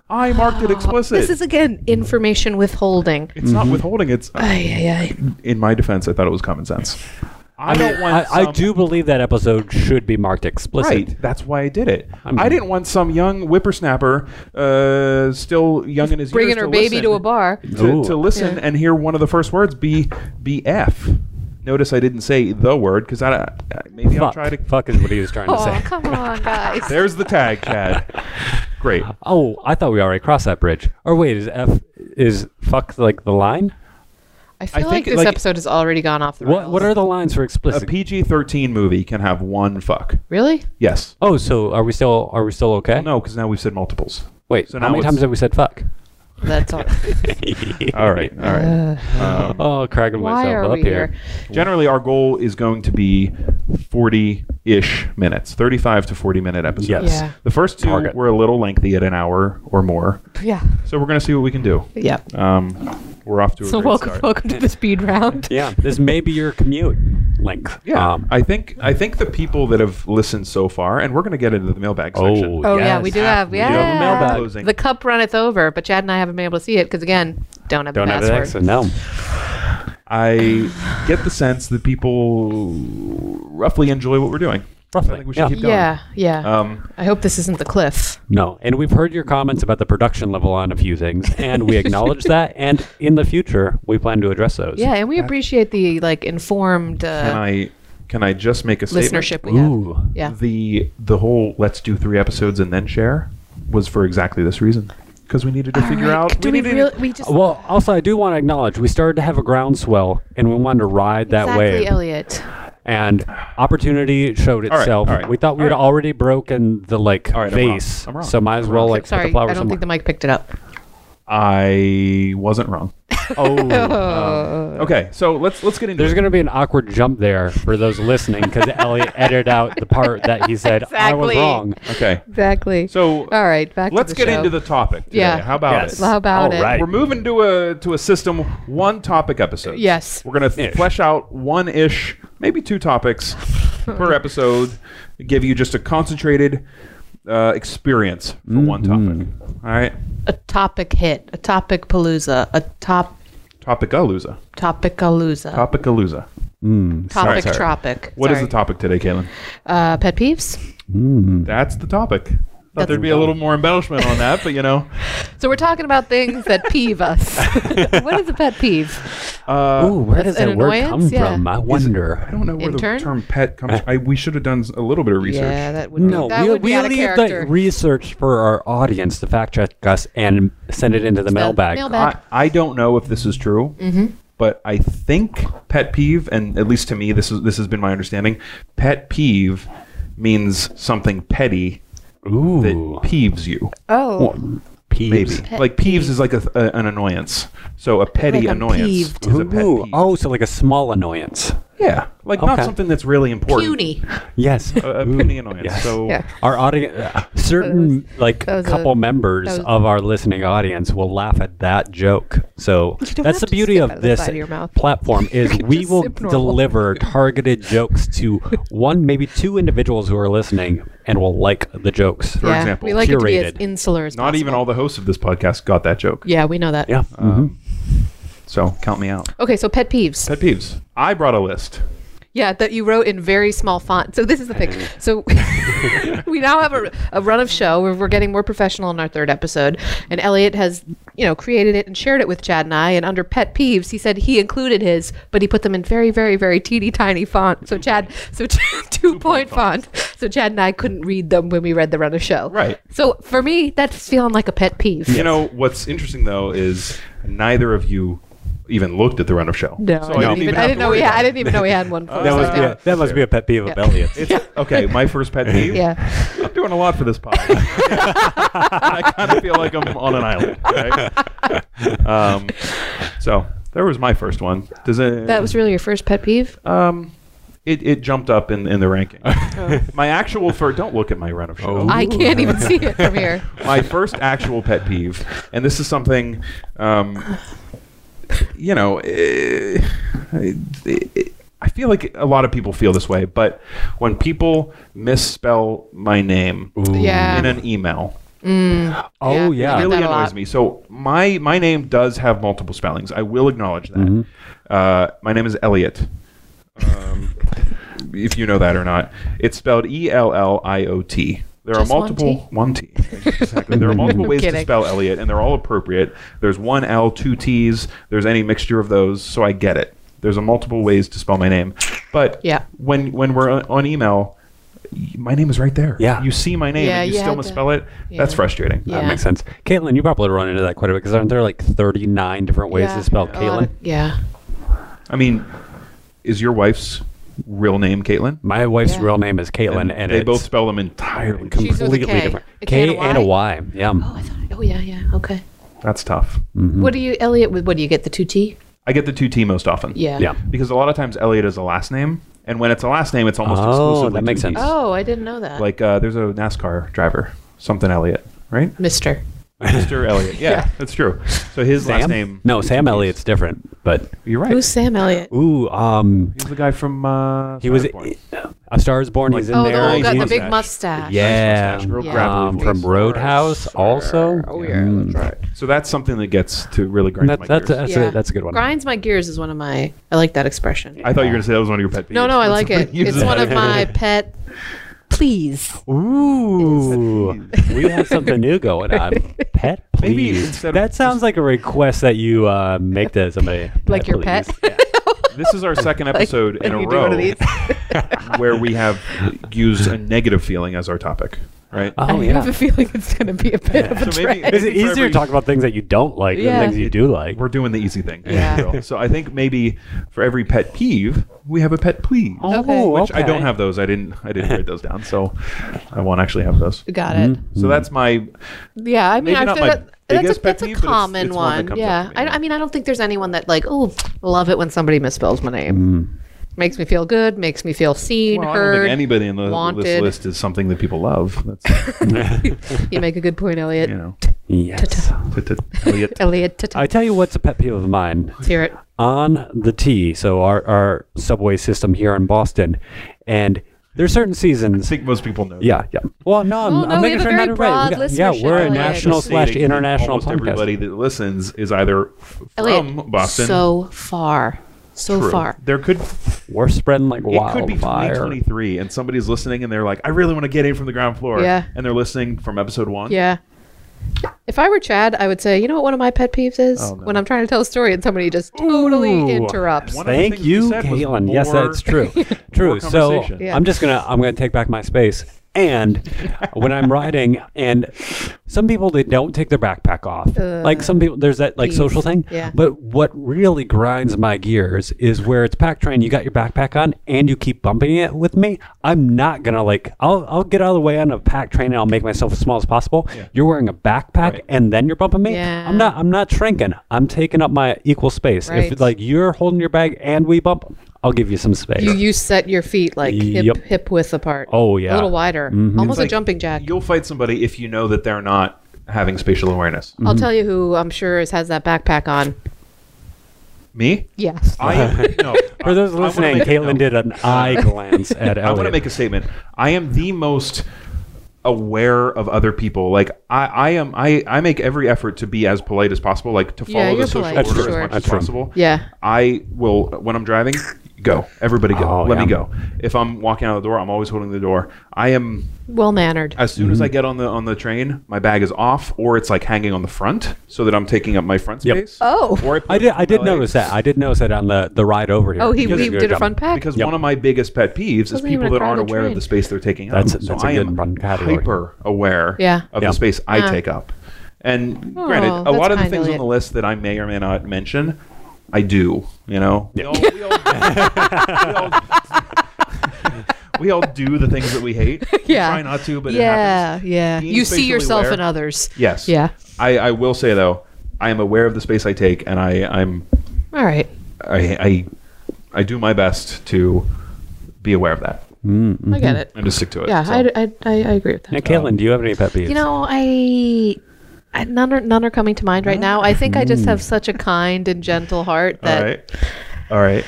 Speaker 2: I marked it explicit.
Speaker 1: Oh, This is again information withholding.
Speaker 2: it's
Speaker 3: Mm-hmm.
Speaker 2: not withholding. It's uh,
Speaker 1: Ay, ay, ay.
Speaker 2: in my defense. I thought it was common sense. I,
Speaker 3: I, mean,
Speaker 2: don't want.
Speaker 3: I, I
Speaker 2: some-
Speaker 3: do believe that episode should be marked explicit.
Speaker 2: Right. That's why I did it. I,
Speaker 3: mean-
Speaker 2: didn't want some young whippersnapper, uh, still young in his
Speaker 1: Bringing
Speaker 2: years,
Speaker 1: her
Speaker 2: to
Speaker 1: baby
Speaker 2: listen-
Speaker 1: to a bar.
Speaker 2: to,
Speaker 3: Ooh.
Speaker 2: to listen
Speaker 1: Yeah.
Speaker 2: and hear one of the first words be BF. Notice I didn't say the word because I, I maybe I'll
Speaker 3: Fuck.
Speaker 2: try to.
Speaker 3: Fuck is what he was trying to
Speaker 1: Oh,
Speaker 3: say.
Speaker 1: come on, guys.
Speaker 2: There's the tag, Chad. Great.
Speaker 3: Oh, I thought we already crossed that bridge. Or wait, is F is fuck like the line?
Speaker 1: I feel like
Speaker 2: think it-
Speaker 1: this
Speaker 2: like-
Speaker 1: episode has already gone off the rails.
Speaker 3: What what are the lines for
Speaker 2: A
Speaker 3: explicit?
Speaker 2: PG-13 movie can have one fuck.
Speaker 1: really?
Speaker 2: Yes.
Speaker 3: oh, so are we still are we still okay?
Speaker 2: No, because now we've said multiples.
Speaker 3: Wait,
Speaker 2: So now
Speaker 3: how many
Speaker 2: it's-
Speaker 3: times have we said fuck?
Speaker 1: That's all.
Speaker 2: All right. All right.
Speaker 1: Uh,
Speaker 3: oh, cracking
Speaker 1: why
Speaker 3: myself
Speaker 1: are
Speaker 3: up
Speaker 1: we here?
Speaker 2: Um, Generally, our goal is going to be 40-ish minutes, 35 to 40-minute episodes.
Speaker 3: Yes.
Speaker 1: Yeah.
Speaker 2: The first two
Speaker 3: Target.
Speaker 2: were a little lengthy at an hour or more,
Speaker 1: Yeah.
Speaker 2: so we're going to see what we can do.
Speaker 1: Yeah.
Speaker 2: Um, we're off to a
Speaker 1: So
Speaker 2: great
Speaker 1: welcome,
Speaker 2: start.
Speaker 1: welcome to the speed round.
Speaker 3: Yeah, this may be your commute length.
Speaker 2: Yeah,
Speaker 3: Um,
Speaker 2: I think I think the people that have listened so far, and we're going to get into the mailbag
Speaker 3: Oh,
Speaker 2: section.
Speaker 1: Oh yeah,
Speaker 3: Yes.
Speaker 1: we do have
Speaker 2: We do
Speaker 1: yeah.
Speaker 2: have a mailbag. Closing.
Speaker 1: The cup runneth over, but Chad and I haven't been able to see it because again, don't have
Speaker 3: don't
Speaker 1: the
Speaker 3: have
Speaker 1: password.
Speaker 3: an accent. No.
Speaker 2: I get the sense that people roughly enjoy what we're doing.
Speaker 3: Roughly,
Speaker 2: I think we should
Speaker 3: yeah.
Speaker 2: keep going.
Speaker 1: yeah, yeah.
Speaker 2: Um,
Speaker 1: I hope this isn't the cliff.
Speaker 3: No, and we've heard your comments about the production level on a few things, and we acknowledge that. And in the future, we plan to address those.
Speaker 1: Yeah, and we appreciate the like informed
Speaker 2: can
Speaker 1: uh,
Speaker 2: I can I just make a statement?
Speaker 1: listenership we have.
Speaker 3: Ooh.
Speaker 1: Yeah.
Speaker 2: The the whole let's do three episodes and then share was for exactly this reason because we needed to figure
Speaker 1: Alright,
Speaker 2: out
Speaker 1: Do we
Speaker 2: needed-
Speaker 1: really? We just
Speaker 3: Well, also, I do want to acknowledge we started to have a groundswell, and we wanted to ride that
Speaker 1: exactly,
Speaker 3: wave.
Speaker 1: Elliot.
Speaker 3: And opportunity showed
Speaker 2: right,
Speaker 3: itself.
Speaker 2: all right,
Speaker 3: we thought we
Speaker 2: all
Speaker 3: had
Speaker 2: right.
Speaker 3: already broken the like
Speaker 2: All right, I'm wrong,
Speaker 3: vase,
Speaker 2: I'm wrong,
Speaker 3: so might as well like put the
Speaker 1: Sorry, I
Speaker 3: flowers
Speaker 1: don't think the mic picked it up.
Speaker 2: I wasn't wrong. Oh. um, okay, so let's let's get into
Speaker 3: There's
Speaker 2: it.
Speaker 3: going to be an awkward jump there for those listening because Elliot edited out the part that he said I was
Speaker 1: Exactly.
Speaker 3: wrong.
Speaker 2: okay.
Speaker 1: Exactly.
Speaker 2: So
Speaker 1: all right, back.
Speaker 2: Let's
Speaker 1: to the
Speaker 2: get
Speaker 1: show.
Speaker 2: into the topic. Today.
Speaker 1: Yeah.
Speaker 2: How about
Speaker 3: Yes.
Speaker 2: it?
Speaker 1: How about
Speaker 3: All
Speaker 1: it?
Speaker 3: right.
Speaker 2: We're moving to a to a system one topic episode.
Speaker 1: Yes.
Speaker 2: We're gonna th-
Speaker 3: Ish.
Speaker 2: flesh out one ish, maybe two topics per episode. Give you just a concentrated uh, experience for one topic. All right.
Speaker 1: A topic hit, a topic palooza, a top
Speaker 2: Topicalooza.
Speaker 1: topicalooza,
Speaker 2: Topicalooza.
Speaker 1: topic
Speaker 2: Mm. sorry.
Speaker 1: tropic.
Speaker 2: What is
Speaker 1: Sorry.
Speaker 2: the topic today, Kaylin?
Speaker 1: Uh, pet peeves.
Speaker 2: That's the topic. Thought there'd be a little more embellishment on that, but you know,
Speaker 1: So we're talking about things that peeve us. what is a pet peeve?
Speaker 3: Ooh, where does
Speaker 1: an
Speaker 3: that word
Speaker 1: annoyance?
Speaker 3: come
Speaker 1: Yeah.
Speaker 3: from? I
Speaker 2: Uh, I
Speaker 3: wonder.
Speaker 2: don't know where
Speaker 1: Intern?
Speaker 2: the term "pet" comes. I, we should have done s- a little bit of research.
Speaker 1: Yeah, that would be,
Speaker 3: No,
Speaker 1: that
Speaker 3: we,
Speaker 1: would be
Speaker 3: we
Speaker 1: out of
Speaker 3: leave
Speaker 1: character.
Speaker 3: the research for our audience to fact check us and send it into the mailbag.
Speaker 1: mailbag.
Speaker 2: I, I don't know if this is true,
Speaker 1: Mm-hmm.
Speaker 2: but I think pet peeve, and at least to me, this is this has been my understanding. Pet peeve means something petty that
Speaker 3: Ooh,
Speaker 2: peeves you.
Speaker 1: oh,
Speaker 3: peeves.
Speaker 2: Maybe
Speaker 1: Pet
Speaker 2: like peeves is like a, th- a- an annoyance. So a petty
Speaker 1: Like I'm
Speaker 2: annoyance
Speaker 1: peeved.
Speaker 2: is a pet
Speaker 3: Ooh,
Speaker 2: peeve.
Speaker 3: oh, so like a small annoyance.
Speaker 2: yeah, like not
Speaker 3: Okay.
Speaker 2: something that's really important.
Speaker 1: puny.
Speaker 3: Yes.
Speaker 2: A, a puny annoyance.
Speaker 3: Yes.
Speaker 2: So
Speaker 1: Yeah.
Speaker 3: our audience, uh, certain like
Speaker 1: that was a-
Speaker 3: couple members
Speaker 1: that was-
Speaker 3: of our listening audience will laugh at that joke. So
Speaker 1: don't have
Speaker 3: that's the
Speaker 1: to
Speaker 3: beauty
Speaker 1: sip
Speaker 3: of
Speaker 1: out of the
Speaker 3: this
Speaker 1: side of your mouth.
Speaker 3: platform is
Speaker 1: can
Speaker 3: we
Speaker 1: just
Speaker 3: will
Speaker 1: sip normal.
Speaker 3: deliver targeted jokes to one, maybe two individuals who are listening and will like the jokes.
Speaker 2: For
Speaker 1: yeah,
Speaker 2: example,
Speaker 1: we like it to be
Speaker 3: curated.
Speaker 1: as insular as
Speaker 2: not even
Speaker 1: possible.
Speaker 2: all the hosts of this podcast got that joke.
Speaker 1: Yeah, we know that.
Speaker 3: Yeah. Mm-hmm.
Speaker 2: So count me out.
Speaker 1: Okay, so pet peeves.
Speaker 2: Pet peeves. I brought a list.
Speaker 1: Yeah, that you wrote in very small font. So this is the thing. So we now have a, a run of show. We're, we're getting more professional in our third episode, and Elliot has you know created it and shared it with Chad and I. And under pet peeves, he said he included his, but he put them in very, very, very teeny tiny font. So Chad, so two point font. So Chad and I couldn't read them when we read the run of show.
Speaker 2: Right.
Speaker 1: So for me, that's feeling like a pet peeve.
Speaker 2: You know what's interesting though is neither of you even looked at the run of show.
Speaker 1: No,
Speaker 2: So
Speaker 1: I didn't
Speaker 2: didn't
Speaker 1: even.
Speaker 2: even
Speaker 1: I
Speaker 2: have
Speaker 1: didn't
Speaker 2: to
Speaker 1: know.
Speaker 2: worry
Speaker 1: we had.
Speaker 2: about
Speaker 1: I
Speaker 2: it.
Speaker 1: didn't even know we had one. for
Speaker 3: That
Speaker 1: us.
Speaker 3: must be
Speaker 1: yeah.
Speaker 3: a, that must be a pet peeve of
Speaker 1: Yeah.
Speaker 3: Elliot's.
Speaker 2: It's, okay, my first pet peeve.
Speaker 1: yeah.
Speaker 2: I'm doing a lot for this pod. I kind of feel like I'm on an island. Right? Um, so there was my first one. Does it?
Speaker 1: That was really your first pet peeve.
Speaker 2: Um, it, it jumped up in, in the ranking. my actual first. Don't look at my run of show.
Speaker 3: Oh.
Speaker 1: I can't even see it from here.
Speaker 2: my first actual pet peeve, and this is something, um, you know, eh, I I feel like a lot of people feel this way, but when people misspell my name
Speaker 1: Yeah.
Speaker 2: in an email,
Speaker 3: Oh
Speaker 1: Yeah.
Speaker 3: yeah.
Speaker 2: it really
Speaker 1: that a
Speaker 2: annoys
Speaker 1: lot.
Speaker 2: me. So my my name does have multiple spellings. I will acknowledge that.
Speaker 3: Mm-hmm.
Speaker 2: Uh, my name is Elliot. Um, if you know that or not, it's spelled E L L I O T. There
Speaker 1: Just
Speaker 2: are
Speaker 1: one
Speaker 2: multiple one T. Exactly. There are multiple ways to
Speaker 1: kidding.
Speaker 2: spell Elliot, and they're all appropriate. There's one L, two T's. There's any mixture of those, so I get it. There's a multiple ways to spell my name, but
Speaker 1: Yeah.
Speaker 2: when when we're on- on email, y- my name is right there.
Speaker 3: Yeah.
Speaker 2: you see my name,
Speaker 1: Yeah,
Speaker 2: and you,
Speaker 1: you
Speaker 2: still
Speaker 1: had to-
Speaker 2: misspell it. That's
Speaker 1: Yeah.
Speaker 2: frustrating.
Speaker 1: Yeah.
Speaker 3: That makes sense. Caitlin, you probably run into that quite a bit because aren't there like 39 different ways
Speaker 1: Yeah.
Speaker 3: to spell
Speaker 1: A lot
Speaker 3: Caitlin?
Speaker 1: of- Yeah.
Speaker 2: I mean, is your wife's real name Caitlin?
Speaker 3: My wife's
Speaker 1: Yeah.
Speaker 3: real name is Caitlin, and,
Speaker 2: they
Speaker 3: it's
Speaker 2: both spell them entirely.
Speaker 1: She's with a
Speaker 3: completely
Speaker 1: K.
Speaker 3: different.
Speaker 1: A K and a
Speaker 3: and a Y. Yeah.
Speaker 1: Oh, I thought. Oh, yeah, yeah. Okay.
Speaker 2: That's tough.
Speaker 3: Mm-hmm.
Speaker 1: What do you, Elliot? What do you get? The two T?
Speaker 2: I get the two T most often.
Speaker 1: Oh, Yeah.
Speaker 3: Yeah.
Speaker 2: Because a lot of times Elliot is a last name, and when it's a last name, it's almost
Speaker 3: Oh,
Speaker 2: exclusively.
Speaker 3: that makes
Speaker 2: two
Speaker 3: sense.
Speaker 2: Ts.
Speaker 1: Oh, I didn't know that.
Speaker 2: Like uh, there's a NASCAR driver, something Elliot, right?
Speaker 1: Mister.
Speaker 2: Mr. Elliot. Yeah, that's true. So his last
Speaker 3: Sam?
Speaker 2: name.
Speaker 3: No, Sam Elliott's different, but
Speaker 2: You're right.
Speaker 1: Who's Sam Elliot?
Speaker 3: ooh, um,
Speaker 2: He's the guy from. Uh,
Speaker 3: he was
Speaker 2: Cyberpunk.
Speaker 3: A Star Is Born. He's in
Speaker 1: Oh,
Speaker 3: there.
Speaker 1: the old guy, the
Speaker 3: He's-
Speaker 1: big mustache.
Speaker 3: yeah,
Speaker 2: mustache, real
Speaker 1: Yeah. gravelly
Speaker 3: um,
Speaker 2: voice.
Speaker 3: from Roadhouse also.
Speaker 1: Oh, yeah.
Speaker 3: Mm.
Speaker 1: That's right.
Speaker 2: So that's something that gets to really grind
Speaker 3: That's
Speaker 2: my
Speaker 3: that's
Speaker 2: gears.
Speaker 3: that's, a, that's a good one.
Speaker 1: Grinds my gears is one of my. I like that expression.
Speaker 2: I thought you were gonna say that was one of your pet peeves.
Speaker 1: no, no, I like
Speaker 2: That's
Speaker 1: it.
Speaker 2: what you
Speaker 1: It's
Speaker 2: said.
Speaker 1: one of my pet. Please.
Speaker 3: Mm. Ooh, we have something new going on. Pet, please.
Speaker 2: Maybe instead of-
Speaker 3: that sounds like a request that you uh, make to somebody.
Speaker 1: Like your pet?
Speaker 3: please.
Speaker 2: This is our second episode in a
Speaker 1: Like you do
Speaker 2: row.
Speaker 1: one of these.
Speaker 2: where we have used a negative feeling as our topic, right?
Speaker 3: Oh
Speaker 1: I
Speaker 3: yeah.
Speaker 1: have a feeling it's going to be a bit of a
Speaker 2: So maybe-
Speaker 1: drag.
Speaker 3: Is it
Speaker 2: for
Speaker 3: easier
Speaker 2: every-
Speaker 3: to talk about things that you don't like
Speaker 1: Yeah.
Speaker 3: than things you do like?
Speaker 2: We're doing the easy thing. if you
Speaker 1: Yeah.
Speaker 2: will. So I think maybe for every pet peeve, we have a pet please.
Speaker 1: Oh,
Speaker 3: Oh,
Speaker 1: Okay.
Speaker 2: Which I don't have those. I didn't. I didn't write those down, so I won't actually have those.
Speaker 1: Got it.
Speaker 3: Mm-hmm.
Speaker 2: So that's my.
Speaker 1: Yeah, I mean,
Speaker 2: Maybe
Speaker 1: I
Speaker 2: not
Speaker 1: feel
Speaker 2: my
Speaker 1: that, that's,
Speaker 2: biggest
Speaker 1: a,
Speaker 2: pet
Speaker 1: that's a
Speaker 2: peeve, but it's-
Speaker 1: common
Speaker 2: it's one that
Speaker 1: one.
Speaker 2: comes up
Speaker 1: yeah,
Speaker 2: to me.
Speaker 1: I, I mean, I don't think there's anyone that like, oh, love it when somebody misspells my name. Makes me feel good. Makes me feel seen,
Speaker 2: Well, I don't
Speaker 1: heard.
Speaker 2: think anybody in the, this
Speaker 1: wanted.
Speaker 2: list is something that people love. That's
Speaker 1: you make a good point, Elliot.
Speaker 2: you know.
Speaker 3: Yes.
Speaker 2: t- t- Elliot.
Speaker 1: Elliot, t- t-
Speaker 3: I tell you what's a pet peeve of mine.
Speaker 1: let's hear it.
Speaker 3: on the T, so our, our subway system here in Boston, and there's certain
Speaker 2: I
Speaker 3: seasons.
Speaker 2: think most people know.
Speaker 3: Yeah, yeah. Well, no, I'm,
Speaker 1: Oh,
Speaker 3: I'm
Speaker 1: no, we
Speaker 3: making
Speaker 1: have
Speaker 3: sure
Speaker 1: a very
Speaker 3: I'm not right. We
Speaker 1: broad
Speaker 3: got- yeah,
Speaker 1: listestatic
Speaker 3: we're a
Speaker 1: audience.
Speaker 3: national slash
Speaker 2: Stating
Speaker 3: international
Speaker 2: almost
Speaker 3: podcast.
Speaker 2: everybody that listens is either f- from
Speaker 1: Elliot,
Speaker 2: Boston.
Speaker 1: So far, so
Speaker 2: True.
Speaker 1: far.
Speaker 2: There could
Speaker 3: We're spreading like
Speaker 2: It could be
Speaker 3: wildfire.
Speaker 2: 2023, and somebody's listening, and they're like, "I really want to get in from the ground floor."
Speaker 1: Yeah.
Speaker 2: And they're listening from episode one.
Speaker 1: Yeah. If I were Chad, I would say, you know what one of my pet peeves is
Speaker 2: Oh, no.
Speaker 1: when I'm trying to tell a story and somebody just totally
Speaker 3: Ooh.
Speaker 1: interrupts.
Speaker 2: One of the
Speaker 3: Thank
Speaker 2: things we
Speaker 3: you,
Speaker 2: said was
Speaker 3: Caitlin. Yes,
Speaker 2: more-
Speaker 3: that's true. true.
Speaker 2: more
Speaker 3: So
Speaker 2: conversation.
Speaker 1: Yeah.
Speaker 3: I'm just gonna I'm gonna take back my space. And when I'm riding, and some people they don't take their backpack off. like some people, there's that like
Speaker 1: please.
Speaker 3: social thing.
Speaker 1: Yeah.
Speaker 3: But what really grinds my gears is where it's pack train. You got your backpack on, and you keep bumping it with me. I'm not gonna like. I'll I'll get out of the way on a pack train, and I'll make myself as small as possible. You're wearing a backpack, and then you're bumping me.
Speaker 1: Yeah.
Speaker 3: I'm not. I'm not shrinking. I'm taking up my equal space. If
Speaker 1: Right.
Speaker 3: like you're holding your bag and we bump, I'll give you some space.
Speaker 1: You you set your feet like hip
Speaker 3: Yep.
Speaker 1: hip width apart.
Speaker 3: Oh, yeah.
Speaker 1: a little wider, almost
Speaker 2: Mm-hmm. It's
Speaker 1: a
Speaker 2: like,
Speaker 1: jumping jack.
Speaker 2: You'll fight somebody if you know that they're not having spatial awareness.
Speaker 3: Mm.
Speaker 1: I'll tell you who I'm sure is, has that backpack on.
Speaker 2: Me?
Speaker 1: Yes.
Speaker 2: I am, no.
Speaker 3: For
Speaker 2: I-
Speaker 3: those
Speaker 2: I wanna
Speaker 3: listening,
Speaker 2: make-
Speaker 3: Caitlin
Speaker 2: no.
Speaker 3: did an eye glance at Elliot.
Speaker 2: I want to make a statement. I am the most aware of other people. Like I, I am. I, I make every effort to be as polite as possible. Like to follow
Speaker 1: Yeah,
Speaker 2: the
Speaker 1: you're
Speaker 2: social
Speaker 1: polite,
Speaker 2: order
Speaker 3: That's
Speaker 2: as
Speaker 3: true.
Speaker 2: much
Speaker 3: That's
Speaker 2: as
Speaker 3: true.
Speaker 2: possible.
Speaker 1: Yeah.
Speaker 2: I will when I'm driving. Go, everybody, go.
Speaker 3: Oh,
Speaker 2: Let
Speaker 3: yeah.
Speaker 2: me go. If I'm walking out of the door, I'm always holding the door. I am
Speaker 1: well mannered.
Speaker 2: as soon
Speaker 3: Mm-hmm.
Speaker 2: as I get on the on the train, my bag is off, or it's like hanging on the front, so that I'm taking up my front
Speaker 3: Yep.
Speaker 2: space.
Speaker 1: Oh.
Speaker 2: or put
Speaker 3: I
Speaker 2: it
Speaker 3: did.
Speaker 2: in
Speaker 3: I did
Speaker 2: my legs.
Speaker 3: notice that. I did notice that on the the ride over here.
Speaker 1: Oh, he,
Speaker 3: Because
Speaker 1: he
Speaker 3: you
Speaker 1: did a
Speaker 3: jump.
Speaker 1: front pack.
Speaker 2: Because
Speaker 3: Yep.
Speaker 2: one of my biggest pet peeves is
Speaker 1: Wasn't even
Speaker 2: people
Speaker 1: a
Speaker 2: that aren't
Speaker 1: crowded
Speaker 2: aware of
Speaker 1: train.
Speaker 2: the space they're taking
Speaker 3: That's-
Speaker 2: up.
Speaker 3: that's
Speaker 2: so
Speaker 3: a
Speaker 2: I
Speaker 3: good
Speaker 2: am
Speaker 3: run category.
Speaker 2: hyper aware
Speaker 1: Yeah.
Speaker 2: of
Speaker 3: Yeah.
Speaker 2: the space I
Speaker 1: Ah.
Speaker 2: take up. And granted, a
Speaker 1: that's
Speaker 2: lot of the
Speaker 1: kind,
Speaker 2: things on
Speaker 1: Elliot.
Speaker 2: the list that I may or may not mention I do. You know, we, all, we, all, we all- we all do the things that we hate. We
Speaker 1: Yeah.
Speaker 2: try not to, but it
Speaker 1: yeah,
Speaker 2: happens.
Speaker 1: yeah.
Speaker 2: Being
Speaker 1: You see
Speaker 2: spatially
Speaker 1: yourself
Speaker 2: aware-
Speaker 1: in others.
Speaker 2: Yes.
Speaker 1: Yeah.
Speaker 2: I, I will say though, I am aware of the space I take, and I I'm
Speaker 1: All right.
Speaker 2: I I, I do my best to be aware of that
Speaker 1: I get it.
Speaker 2: and to stick to it.
Speaker 1: Yeah,
Speaker 2: Mm-hmm. so.
Speaker 1: I, I, I, I agree with that.
Speaker 3: Now, Caitlin, do you have any pet peeves?
Speaker 1: You know, I, I none are none are coming to mind right now. I think I just have such a kind and gentle heart that
Speaker 2: Mm. all right. All right.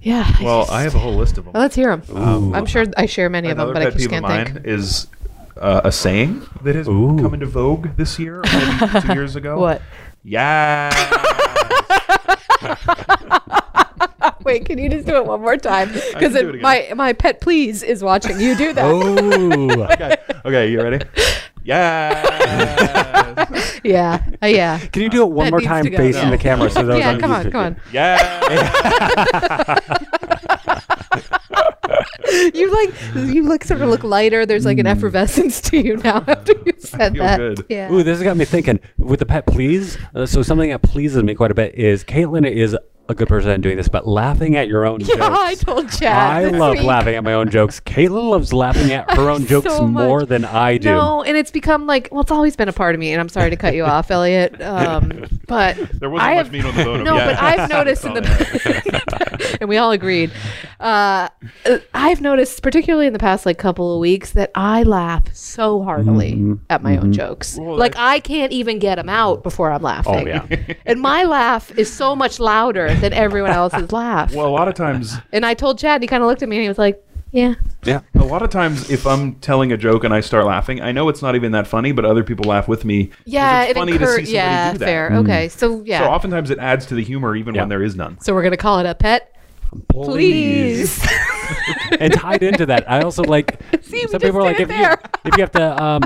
Speaker 1: yeah. I
Speaker 2: Well,
Speaker 1: just-
Speaker 2: I have a whole list of them.
Speaker 1: Well, let's hear them. I'm sure I share many of them,
Speaker 2: Another
Speaker 1: but I
Speaker 2: pet
Speaker 1: just
Speaker 2: peeve of
Speaker 1: can't think.
Speaker 2: mine is uh, a saying that has
Speaker 3: Ooh.
Speaker 2: come into vogue this year, or maybe two years ago.
Speaker 1: What?
Speaker 2: Yeah.
Speaker 1: Wait, can you just do it one more time? Because
Speaker 2: do it again.
Speaker 1: my my pet please is watching you do that.
Speaker 3: Oh,
Speaker 2: okay. okay, you ready? Yeah.
Speaker 1: Yeah, uh, yeah,
Speaker 3: can you do it one
Speaker 1: That
Speaker 3: more
Speaker 1: needs
Speaker 3: time,
Speaker 1: to go.
Speaker 3: facing
Speaker 2: No.
Speaker 3: the camera, so those
Speaker 1: yeah.
Speaker 3: on
Speaker 1: Come on,
Speaker 3: YouTube
Speaker 1: come on.
Speaker 2: yeah.
Speaker 1: You like you look sort of look lighter. There's like an
Speaker 3: Hmm.
Speaker 1: effervescence to you now after you said
Speaker 2: feel
Speaker 1: that.
Speaker 2: good.
Speaker 1: Yeah.
Speaker 3: Ooh, this has got me thinking. With the pet please, uh, so something that pleases me quite a bit is Caitlin is a good person at doing this, but laughing at your own
Speaker 1: yeah,
Speaker 3: jokes.
Speaker 1: I told Chad.
Speaker 3: I
Speaker 1: this
Speaker 3: love
Speaker 1: week.
Speaker 3: laughing at my own jokes. Caitlin loves laughing at her own jokes
Speaker 1: So much.
Speaker 3: more than I do.
Speaker 1: No, and it's become like well, it's always been a part of me, and I'm sorry to cut you off, Elliot. Um, but
Speaker 2: There wasn't
Speaker 1: I
Speaker 2: much
Speaker 1: have-
Speaker 2: meat on the bone.
Speaker 1: No, but I've noticed in the, and we all agreed. Uh, uh, I've noticed, particularly in the past like couple of weeks, that I laugh so heartily at my own jokes.
Speaker 2: Well, Oh,
Speaker 1: like I can't even get them out before I'm laughing.
Speaker 3: yeah.
Speaker 1: and my laugh is so much louder than everyone else's laugh.
Speaker 2: Well, a lot of times,
Speaker 1: and I told Chad, and he kind of looked at me, and he was like, "Yeah,
Speaker 3: Yeah.
Speaker 2: a lot of times, if I'm telling a joke and I start laughing, I know it's not even that funny, but other people laugh with me. 'cause
Speaker 1: yeah,
Speaker 2: it's
Speaker 1: it
Speaker 2: funny to
Speaker 1: occur-
Speaker 2: see somebody
Speaker 1: yeah,
Speaker 2: do that.
Speaker 1: fair, okay, so yeah."
Speaker 2: So oftentimes it adds to the humor even
Speaker 3: Yeah.
Speaker 2: when there is none.
Speaker 1: So we're gonna call it a pet. Please.
Speaker 3: and tied into that, I also like
Speaker 1: See, we
Speaker 3: some
Speaker 1: just
Speaker 3: people are
Speaker 1: did
Speaker 3: like
Speaker 1: it
Speaker 3: if you
Speaker 1: there.
Speaker 3: if you have to um,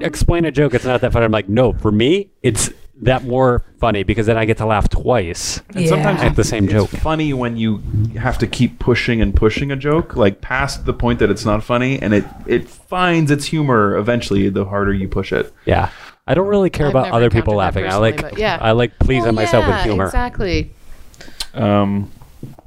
Speaker 3: explain a joke, it's not that funny. I'm like, no, for me, it's that more funny because then I get to laugh twice.
Speaker 2: And sometimes
Speaker 1: Yeah.
Speaker 3: At the same
Speaker 2: it's
Speaker 3: joke.
Speaker 2: funny when you have to keep pushing and pushing a joke, like past the point that it's not funny, and it it finds its humor eventually the harder you push it.
Speaker 3: Yeah, I don't really care
Speaker 1: I've
Speaker 3: about
Speaker 1: never
Speaker 3: other people
Speaker 1: encountered that
Speaker 3: laughing. I
Speaker 1: personally,
Speaker 3: like
Speaker 1: but yeah.
Speaker 3: I like pleasing
Speaker 1: Well,
Speaker 3: myself with
Speaker 1: yeah,
Speaker 3: humor.
Speaker 1: Exactly.
Speaker 2: Um,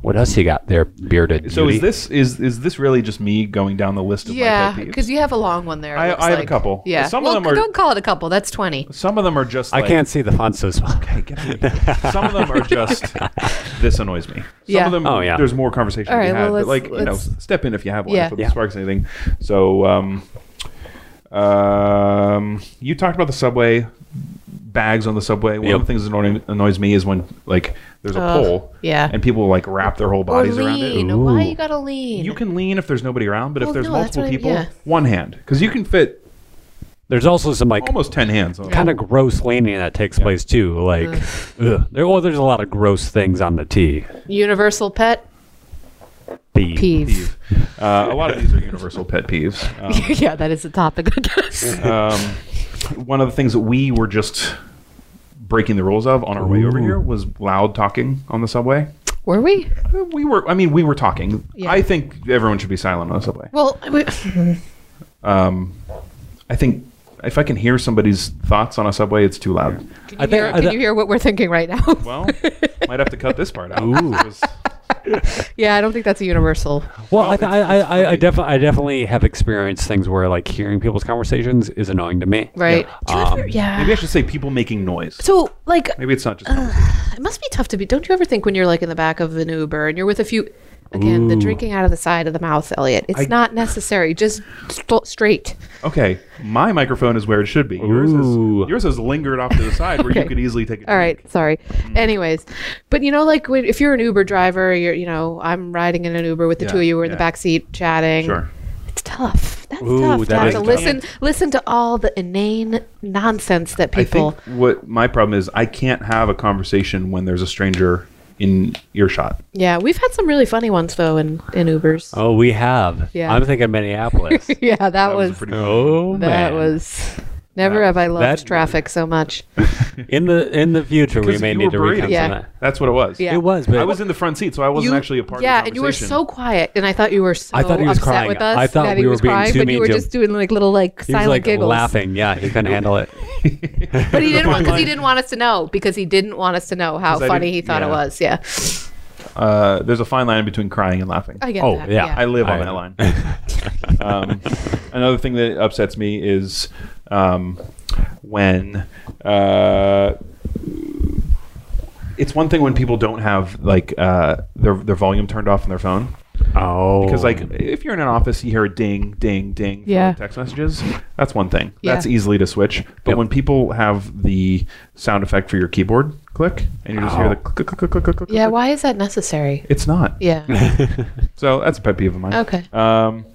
Speaker 3: What else you got there, bearded?
Speaker 2: so
Speaker 3: beauty?
Speaker 2: is this is is this really just me going down the list of
Speaker 1: Yeah,
Speaker 2: my pet peeves?
Speaker 1: because you have a long one there. it
Speaker 2: I-
Speaker 1: looks
Speaker 2: I have a
Speaker 1: like.
Speaker 2: couple.
Speaker 1: Yeah.
Speaker 2: Some of
Speaker 1: well,
Speaker 2: them are-
Speaker 1: Don't call it a couple. That's twenty.
Speaker 2: Some of them are just
Speaker 3: I
Speaker 2: like-
Speaker 3: can't see the font so small.
Speaker 2: Some of them are just this annoys me. Some
Speaker 1: Yeah.
Speaker 2: of them
Speaker 3: Oh, yeah.
Speaker 2: there's more conversation
Speaker 1: All
Speaker 2: to be
Speaker 1: right,
Speaker 2: had,
Speaker 1: well,
Speaker 2: but like
Speaker 1: let's-
Speaker 2: you know,
Speaker 1: let's-
Speaker 2: step in if you have one
Speaker 1: Yeah.
Speaker 2: if it
Speaker 3: Yeah.
Speaker 2: sparks anything. So um, um, you talked about the subway bags on the subway. One
Speaker 3: Yep.
Speaker 2: of the things that annoy- annoys me is when like there's a
Speaker 1: Ugh,
Speaker 2: pole
Speaker 1: yeah.
Speaker 2: and people like wrap their whole
Speaker 1: Or
Speaker 2: bodies around it.
Speaker 1: lean.
Speaker 3: Ooh.
Speaker 1: Why you gotta lean?
Speaker 2: You can lean if there's nobody around, but if
Speaker 1: Well,
Speaker 2: there's
Speaker 1: Oh, no, that's
Speaker 2: multiple
Speaker 1: what I-
Speaker 2: people,
Speaker 1: yeah.
Speaker 2: one hand because you can fit
Speaker 3: There's also some like
Speaker 2: almost ten hands. on
Speaker 3: kind of gross leaning that takes place too. Like, ugh. There, well, there's a lot of gross things on the T.
Speaker 1: Universal pet
Speaker 3: B.
Speaker 1: peeve.
Speaker 2: peeve. Uh, a lot of these are universal pet peeves. Um,
Speaker 1: yeah, that is the topic. I guess.
Speaker 2: um, one of the things that we were just breaking the rules of on our way over here was loud talking on the subway.
Speaker 1: Were we?
Speaker 2: Uh, We were, I mean, we were talking.
Speaker 1: Yeah.
Speaker 2: I think everyone should be silent on the subway.
Speaker 1: Well, we,
Speaker 2: I think if I can hear somebody's thoughts on a subway, it's too loud.
Speaker 1: can, you
Speaker 3: I think-
Speaker 1: hear,
Speaker 3: I
Speaker 1: can
Speaker 3: th-
Speaker 1: you hear what we're thinking right now?
Speaker 2: Well, might have to cut this part out.
Speaker 3: Ooh.
Speaker 2: Because-
Speaker 1: yeah, I don't think that's a universal.
Speaker 3: Well, I, th- I, I, I, I, defi- I definitely have experienced things where like hearing people's conversations is annoying to me.
Speaker 1: Right.
Speaker 3: Um,
Speaker 1: yeah.
Speaker 2: Maybe I should say people making noise.
Speaker 1: so, like,
Speaker 2: Maybe it's not just. conversation.
Speaker 1: it must be tough to be. Don't you ever think when you're like in the back of an Uber and you're with a few? Again, the drinking out of the side of the mouth, Elliot. It's
Speaker 2: I-
Speaker 1: not necessary. Just st- straight.
Speaker 2: Okay, my microphone is where it should be. Yours
Speaker 3: Ooh.
Speaker 2: is, yours is lingered off to the side where you
Speaker 1: Okay.
Speaker 2: could easily take. A
Speaker 1: All right, sorry.
Speaker 3: mm.
Speaker 1: Anyways, but you know, like when, if you're an Uber driver, you're you know, I'm riding in an Uber with the
Speaker 2: Yeah,
Speaker 1: two of you. We're in the
Speaker 2: yeah.
Speaker 1: back seat chatting.
Speaker 2: Sure.
Speaker 1: It's tough. That's
Speaker 3: Ooh,
Speaker 1: tough.
Speaker 3: that
Speaker 1: to have
Speaker 3: is
Speaker 1: to
Speaker 3: tough.
Speaker 1: listen, listen to all the inane nonsense that people.
Speaker 2: I think what my problem is, I can't have a conversation when there's a stranger in earshot.
Speaker 1: yeah, we've had some really funny ones though in in Ubers.
Speaker 3: Oh, we have.
Speaker 1: Yeah.
Speaker 3: I'm thinking Minneapolis.
Speaker 1: yeah, that, was,
Speaker 2: pretty
Speaker 3: oh man.
Speaker 1: that was Never have I loved
Speaker 3: that-
Speaker 1: traffic so much.
Speaker 3: In the in the future, we
Speaker 2: Because
Speaker 3: may
Speaker 2: you
Speaker 3: need
Speaker 2: were
Speaker 3: to
Speaker 2: berating
Speaker 3: reconcile
Speaker 1: Yeah.
Speaker 3: that.
Speaker 2: That's what it was.
Speaker 1: Yeah.
Speaker 3: It was, but
Speaker 2: I was in the front seat, so I wasn't
Speaker 1: You-
Speaker 2: actually a part
Speaker 1: yeah,
Speaker 2: of the
Speaker 1: and you were
Speaker 2: conversation.
Speaker 1: so quiet, and I thought you were so
Speaker 3: I thought he was
Speaker 1: upset
Speaker 3: crying.
Speaker 1: with us.
Speaker 3: I thought
Speaker 1: that
Speaker 3: we
Speaker 1: he
Speaker 3: were
Speaker 1: was
Speaker 3: being
Speaker 1: crying,
Speaker 3: too
Speaker 1: but
Speaker 3: mean
Speaker 1: you were
Speaker 3: to him.
Speaker 1: just doing like little like
Speaker 3: he was
Speaker 1: silent
Speaker 3: like
Speaker 1: giggles.
Speaker 3: laughing. Yeah, he couldn't handle it.
Speaker 1: But he didn't want because he didn't want us to know because he didn't want us to know how
Speaker 2: 'Cause I
Speaker 1: funny
Speaker 2: didn't-
Speaker 1: he thought it
Speaker 3: yeah.
Speaker 1: was. Yeah,
Speaker 2: uh, there's a fine line between crying and laughing.
Speaker 1: I get
Speaker 3: Oh,
Speaker 1: that.
Speaker 3: yeah.
Speaker 2: I live on
Speaker 3: I-
Speaker 2: that line. um, another thing that upsets me is um, when uh, it's one thing when people don't have like uh, their their volume turned off on their phone
Speaker 3: Oh,
Speaker 2: because like if you're in an office you hear a ding ding ding for
Speaker 1: Yeah.
Speaker 2: text messages that's one thing
Speaker 1: Yeah.
Speaker 2: that's easily to switch but
Speaker 3: Yep.
Speaker 2: when people have the sound effect for your keyboard click and you just hear
Speaker 3: Oh.
Speaker 2: the click click click click click click
Speaker 1: yeah.
Speaker 2: click,
Speaker 1: Why is that necessary?
Speaker 2: it's not
Speaker 1: Yeah.
Speaker 2: so that's a pet peeve of mine
Speaker 1: Okay.
Speaker 2: um,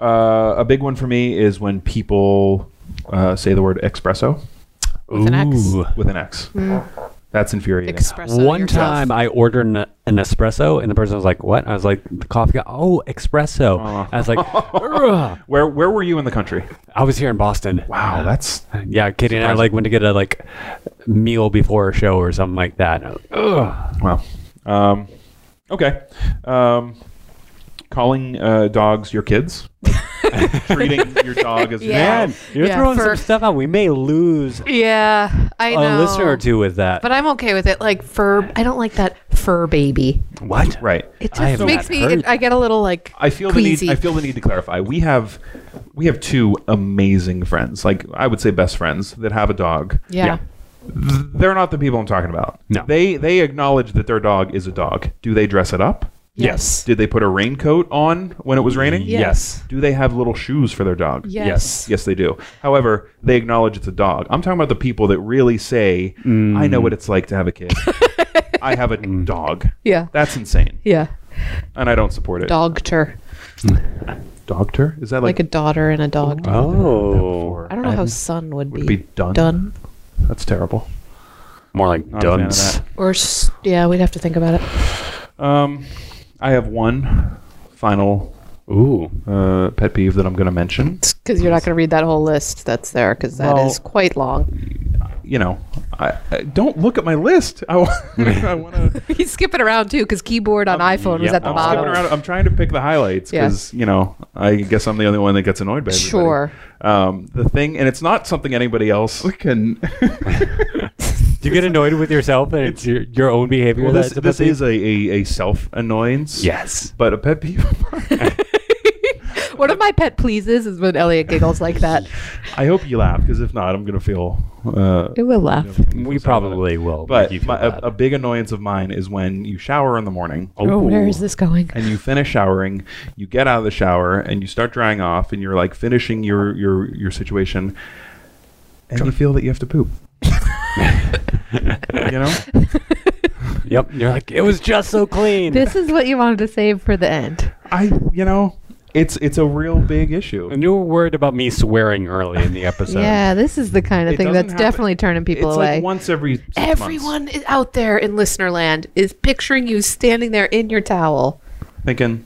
Speaker 2: uh, a big one for me is when people uh, say the word espresso
Speaker 1: With an X.
Speaker 3: Ooh.
Speaker 2: with an X.
Speaker 1: Mm.
Speaker 2: That's infuriating.
Speaker 1: Expresso
Speaker 3: One
Speaker 1: yourself.
Speaker 3: time I ordered an, an espresso and the person was like, "What?" I was like, "The coffee." Oh, espresso. I was like, "Ugh."
Speaker 2: Where where were you in the country?
Speaker 3: "I was here in Boston."
Speaker 2: Wow, that's
Speaker 3: Yeah, Katie and I
Speaker 2: Surprising.
Speaker 3: like went to get a like meal before a show or something like that. Ugh.
Speaker 2: wow. Um, okay, um, calling uh, dogs your kids, treating your dog as your
Speaker 1: Yeah.
Speaker 2: dog.
Speaker 3: Man, you're
Speaker 1: Yeah,
Speaker 3: throwing
Speaker 1: for-
Speaker 3: some stuff out. We may lose
Speaker 1: Yeah, I know.
Speaker 3: a listener or two with that.
Speaker 1: But I'm okay with it. Like fur, I don't like that fur baby.
Speaker 3: what?
Speaker 2: Right.
Speaker 1: It
Speaker 3: I
Speaker 1: just
Speaker 3: have
Speaker 1: makes
Speaker 3: not
Speaker 1: me.
Speaker 3: heard-
Speaker 1: I get a little like.
Speaker 2: I feel the
Speaker 1: queasy.
Speaker 2: need. I feel the need to clarify. We have, we have two amazing friends. Like I would say, best friends that have a dog.
Speaker 1: Yeah.
Speaker 3: Yeah.
Speaker 2: They're not the people I'm talking about.
Speaker 3: No.
Speaker 2: They they acknowledge that their dog is a dog. Do they dress it up?
Speaker 3: Yes.
Speaker 2: Did they put a raincoat on when it was raining?
Speaker 1: Yes.
Speaker 2: Do they have little shoes for their dog?
Speaker 1: Yes.
Speaker 2: Yes, they do. However, they acknowledge it's a dog. I'm talking about the people that really say, I know what it's like to have a kid. I have a dog.
Speaker 1: Yeah.
Speaker 2: That's insane.
Speaker 1: Yeah.
Speaker 2: And I don't support it.
Speaker 1: Dogter,
Speaker 2: Dogter? Is that
Speaker 1: like
Speaker 2: like,
Speaker 1: a daughter and a dog.
Speaker 3: Oh,
Speaker 1: I don't know how son would,
Speaker 2: would be done?
Speaker 1: Done
Speaker 2: That's terrible.
Speaker 3: more like
Speaker 2: Not a fan of
Speaker 3: dunce.
Speaker 2: that.
Speaker 1: or s- yeah, we'd have to think about it.
Speaker 2: Um, I have one final
Speaker 3: Ooh,
Speaker 2: uh, pet peeve that I'm going to mention.
Speaker 1: Because you're not going to read that whole list that's there, because that is
Speaker 2: Well-
Speaker 1: quite long.
Speaker 2: You know, I, I don't look at my list. I, wa- I want to.
Speaker 1: He's skipping around too, because keyboard on iPhone was
Speaker 3: Oh, yeah,
Speaker 1: at the
Speaker 3: I'm
Speaker 2: I'm skipping
Speaker 1: bottom.
Speaker 2: around. I'm trying to pick the highlights
Speaker 1: Yeah.
Speaker 2: because you know I guess I'm the only one that gets annoyed by everybody.
Speaker 1: Sure.
Speaker 2: Um, the thing, and it's not something anybody else can.
Speaker 3: do you get annoyed with yourself and it's your, your own behavior?
Speaker 2: well, this
Speaker 3: that's a
Speaker 2: this
Speaker 3: pet peeve?
Speaker 2: is a, a, a self annoyance.
Speaker 3: yes.
Speaker 2: But a pet peeve.
Speaker 1: One of my pet pleases is when Elliot giggles like that.
Speaker 2: I hope you laugh because if not, I'm gonna feel. Uh,
Speaker 1: It will laugh.
Speaker 3: We probably will.
Speaker 2: but
Speaker 3: make you feel
Speaker 2: my, a,
Speaker 3: bad.
Speaker 2: a big annoyance of mine is when you shower in the morning.
Speaker 1: Oh, where
Speaker 3: Ooh.
Speaker 1: is this going?
Speaker 2: and you finish showering, you get out of the shower and you start drying off and you're like finishing your your your situation and you feel that you have to poop. you know?
Speaker 3: Yep. You're like, it was just so clean.
Speaker 1: This is what you wanted to save for the end.
Speaker 2: I you know, it's it's a real big issue.
Speaker 3: and you were worried about me swearing early in the episode.
Speaker 1: yeah, this is the kind of
Speaker 2: It
Speaker 1: thing
Speaker 2: doesn't
Speaker 1: that's
Speaker 2: happen-
Speaker 1: definitely turning people
Speaker 2: it's
Speaker 1: away.
Speaker 2: like once every six months.
Speaker 1: Everyone is out there in listener land is picturing you standing there in your towel.
Speaker 2: thinking,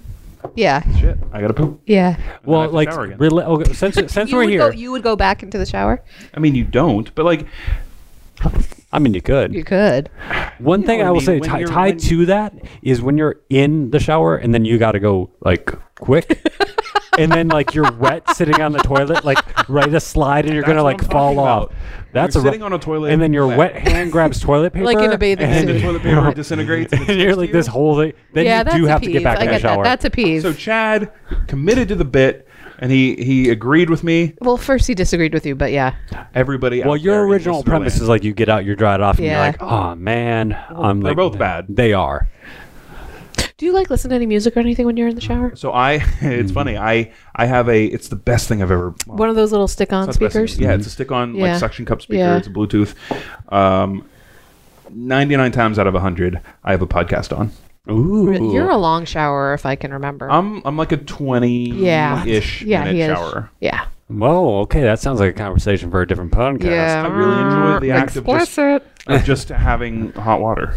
Speaker 1: Yeah,
Speaker 2: shit, I gotta poop.
Speaker 1: yeah.
Speaker 2: I
Speaker 3: Well,
Speaker 2: have to
Speaker 3: like,
Speaker 2: shower again.
Speaker 3: rela- okay, since since
Speaker 1: you
Speaker 3: we're
Speaker 1: would go,
Speaker 3: here,
Speaker 1: you would go back into the shower.
Speaker 2: I mean you don't, but like
Speaker 3: I mean, you could.
Speaker 1: You could.
Speaker 3: One thing
Speaker 2: know what
Speaker 3: I
Speaker 2: I
Speaker 3: will
Speaker 2: mean,
Speaker 3: say,
Speaker 2: when
Speaker 3: ti-
Speaker 2: you're-
Speaker 3: tied
Speaker 2: when-
Speaker 3: to that, is when you're in the shower and then you got to go like quick, and then like you're wet sitting on the toilet, like ready to slide, and you're
Speaker 2: That's
Speaker 3: gonna
Speaker 2: what
Speaker 3: like
Speaker 2: I'm
Speaker 3: fall
Speaker 2: talking
Speaker 3: off.
Speaker 2: about.
Speaker 3: That's
Speaker 2: You're
Speaker 3: a rough-
Speaker 2: sitting on a toilet
Speaker 3: and then your
Speaker 2: wet.
Speaker 3: wet hand grabs toilet paper,
Speaker 1: Like in a bathing
Speaker 2: and
Speaker 3: and,
Speaker 1: suit.
Speaker 2: the toilet paper disintegrates and, it's
Speaker 3: and you're
Speaker 2: next
Speaker 3: like
Speaker 2: to
Speaker 3: this
Speaker 2: you.
Speaker 3: whole thing. Then
Speaker 1: yeah,
Speaker 3: you
Speaker 1: that's
Speaker 3: do
Speaker 1: a
Speaker 3: have
Speaker 1: peeve.
Speaker 3: to get back
Speaker 1: I
Speaker 3: in the
Speaker 1: get
Speaker 3: shower.
Speaker 1: that. That's a peeve.
Speaker 2: So Chad committed to the bit and he he agreed with me.
Speaker 1: well, first he disagreed with you, but yeah.
Speaker 2: Everybody
Speaker 3: well,
Speaker 2: out there
Speaker 3: your
Speaker 2: in
Speaker 3: original
Speaker 2: listener
Speaker 3: premise
Speaker 2: land.
Speaker 3: is like you get out, you're dried off,
Speaker 1: Yeah.
Speaker 3: and you're like, oh man, I'm
Speaker 2: they're
Speaker 3: like
Speaker 2: both bad.
Speaker 3: They are.
Speaker 1: Do you like listen to any music or anything when you're in the shower?
Speaker 2: So I, it's funny. I I have a. It's the best thing I've ever. well,
Speaker 1: One of those little stick-on
Speaker 2: it's not the best thing.
Speaker 1: speakers.
Speaker 2: Yeah, it's a stick-on
Speaker 1: Yeah.
Speaker 2: like suction cup speaker.
Speaker 1: Yeah.
Speaker 2: It's a Bluetooth. Um, Ninety-nine times out of hundred, I have a podcast on.
Speaker 3: Ooh,
Speaker 1: Re- You're a long shower, if I can remember.
Speaker 2: I'm I'm like a
Speaker 1: yeah.
Speaker 2: twenty-ish
Speaker 1: yeah, he
Speaker 2: minute
Speaker 1: is.
Speaker 2: shower.
Speaker 1: Yeah.
Speaker 3: whoa, okay, that sounds like a conversation for a different podcast.
Speaker 1: Yeah.
Speaker 2: I really enjoy the act of just,
Speaker 1: Explicit.
Speaker 2: of just having hot water.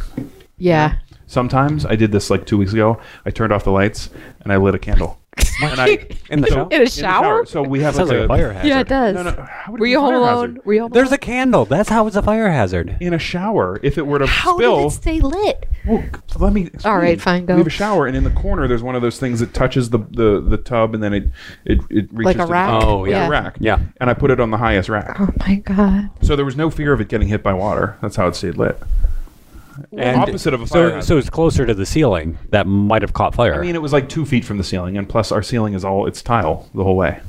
Speaker 1: Yeah.
Speaker 2: Sometimes I did this like two weeks ago. I turned off the lights and I lit a candle. and I
Speaker 3: in the show.
Speaker 1: in a shower?
Speaker 2: So we have
Speaker 3: Sounds
Speaker 2: like
Speaker 3: like a fire hazard.
Speaker 1: Yeah, it does.
Speaker 2: No, no, how would it
Speaker 1: Were
Speaker 2: be
Speaker 1: you
Speaker 2: a
Speaker 1: home
Speaker 2: fire
Speaker 1: alone?
Speaker 2: hazard?
Speaker 1: Were you home
Speaker 3: There's
Speaker 1: alone?
Speaker 3: a candle. That's how it's a fire hazard.
Speaker 2: in a shower. If it were to
Speaker 1: How
Speaker 2: spill,
Speaker 1: did it stay lit?
Speaker 2: Well, c- let me. Explain.
Speaker 1: All right, fine, go.
Speaker 2: We have a shower, and in the corner, there's one of those things that touches the the, the tub, and then it it, it reaches
Speaker 1: Like a
Speaker 2: to the-
Speaker 1: rack?
Speaker 3: Oh, yeah.
Speaker 2: a rack.
Speaker 3: Yeah.
Speaker 2: and I put it on the highest rack,
Speaker 1: Oh my god.
Speaker 2: so there was no fear of it getting hit by water. That's how it stayed lit.
Speaker 3: And
Speaker 2: Opposite of a fire
Speaker 3: so,
Speaker 2: hazard.
Speaker 3: so it's closer to the ceiling that might have caught fire.
Speaker 2: I mean, it was like two feet from the ceiling, and plus our ceiling is all it's tile the whole way.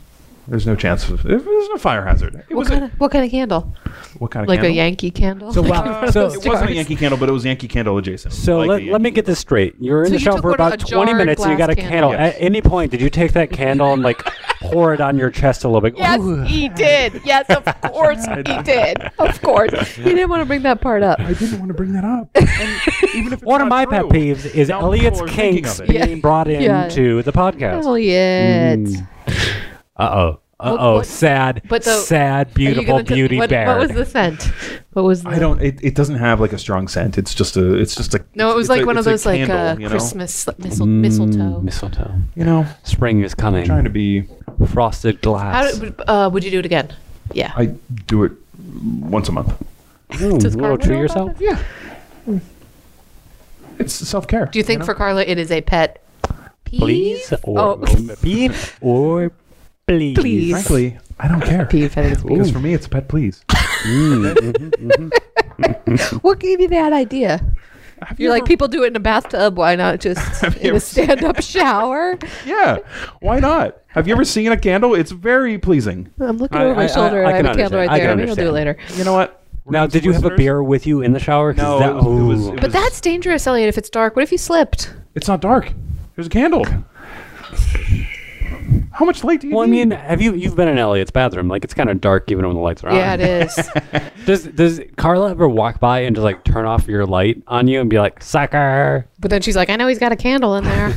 Speaker 2: There's no chance of there's no fire hazard. It
Speaker 1: What
Speaker 2: was a-
Speaker 1: kind, of, what kind of candle?
Speaker 2: what kind of
Speaker 1: Like a
Speaker 2: candle?
Speaker 1: Yankee candle?
Speaker 3: So
Speaker 1: Like
Speaker 3: wow.
Speaker 1: one of
Speaker 3: So-
Speaker 1: those
Speaker 2: It wasn't a
Speaker 1: jars?
Speaker 2: Yankee candle, but it was Yankee candle adjacent.
Speaker 3: so
Speaker 2: Like
Speaker 3: let,
Speaker 2: the
Speaker 3: let me
Speaker 2: Yankee-
Speaker 3: get this straight. You were in
Speaker 1: So
Speaker 3: the
Speaker 1: you
Speaker 3: show
Speaker 1: took
Speaker 3: for
Speaker 1: one of
Speaker 3: about
Speaker 1: a
Speaker 3: 20
Speaker 1: jarred
Speaker 3: minutes and you got
Speaker 1: glass
Speaker 3: a
Speaker 1: candle.
Speaker 3: candle.
Speaker 2: Yes.
Speaker 3: At any point, did you take that candle and like pour it on your chest a little bit?
Speaker 1: Yes,
Speaker 3: Ooh.
Speaker 1: he did. Yes, of course he did. Of course. He didn't want to bring that part up.
Speaker 2: I didn't want to bring that up. And even if it's
Speaker 3: One of
Speaker 2: not
Speaker 3: my
Speaker 2: true,
Speaker 3: pet peeves is
Speaker 2: now
Speaker 3: Elliot's
Speaker 2: people are thinking
Speaker 3: kinks
Speaker 2: of it.
Speaker 1: Yeah.
Speaker 3: being brought
Speaker 1: Yeah.
Speaker 3: into the podcast.
Speaker 1: Elliot.
Speaker 3: Uh oh. Uh
Speaker 1: What-
Speaker 3: oh.
Speaker 1: what-
Speaker 3: Sad.
Speaker 1: but the-
Speaker 3: sad,
Speaker 1: Are you
Speaker 3: beautiful
Speaker 1: gonna t-
Speaker 3: beauty
Speaker 1: what,
Speaker 3: bear.
Speaker 1: What was the scent? What was the,
Speaker 2: I don't. It, it doesn't have like a strong scent. It's just a. It's just a.
Speaker 1: No, it was
Speaker 2: it's
Speaker 1: like
Speaker 2: a-
Speaker 1: one of
Speaker 2: it's a
Speaker 1: those like
Speaker 2: candle,
Speaker 1: uh,
Speaker 2: you know?
Speaker 1: Christmas like, mistle- mistletoe.
Speaker 3: Mm, Mistletoe.
Speaker 2: You know,
Speaker 3: Spring is coming.
Speaker 2: trying to be.
Speaker 3: Frosted
Speaker 1: How
Speaker 3: glass.
Speaker 1: did, uh, would you do it again? Yeah.
Speaker 2: I do it once a month.
Speaker 3: Ooh,
Speaker 1: Does Carmen
Speaker 3: little Mm, treat
Speaker 1: know about
Speaker 3: yourself.
Speaker 1: this? Yeah.
Speaker 2: It's self care.
Speaker 1: Do you think for Carla it is a pet? Peeve?
Speaker 3: Please or
Speaker 1: oh,
Speaker 3: please or please.
Speaker 1: Please.
Speaker 2: Frankly, I don't care.
Speaker 1: peeve. I think it's
Speaker 2: Because
Speaker 1: peeve.
Speaker 2: for me, it's a pet please.
Speaker 1: What gave you that idea?
Speaker 2: Have
Speaker 1: You're like
Speaker 2: ever-
Speaker 1: people do it in a bathtub. Why not just
Speaker 2: Have you
Speaker 1: in
Speaker 2: ever
Speaker 1: a stand-up shower?
Speaker 2: Yeah. Why not? Have you ever seen a candle? It's very pleasing.
Speaker 1: I'm looking
Speaker 3: I-
Speaker 1: over my
Speaker 3: I- I-
Speaker 1: shoulder.
Speaker 3: I
Speaker 1: I, have
Speaker 3: can
Speaker 1: a candle
Speaker 3: understand.
Speaker 1: right
Speaker 3: I can
Speaker 1: there. Maybe I'll do it
Speaker 3: understand.
Speaker 1: later.
Speaker 2: You know what? We're
Speaker 3: Now,
Speaker 2: gonna
Speaker 3: did
Speaker 2: some
Speaker 3: you have a
Speaker 2: listeners-
Speaker 3: beer with you in the shower? 'Cause
Speaker 2: No,
Speaker 3: that-
Speaker 2: it was- it was-
Speaker 3: ooh.
Speaker 2: it
Speaker 1: But that's dangerous, Elliot. If it's dark, what if you slipped?
Speaker 2: It's not dark. There's a candle. How much light do you
Speaker 3: Well, I
Speaker 2: need?
Speaker 3: mean, have you you've been in Elliot's bathroom? Like it's kind of dark even when the lights are on.
Speaker 1: Yeah, it is.
Speaker 3: Does does Carla ever walk by and just like turn off your light on you and be like sucker?
Speaker 1: but then she's like, I know he's got a candle in there.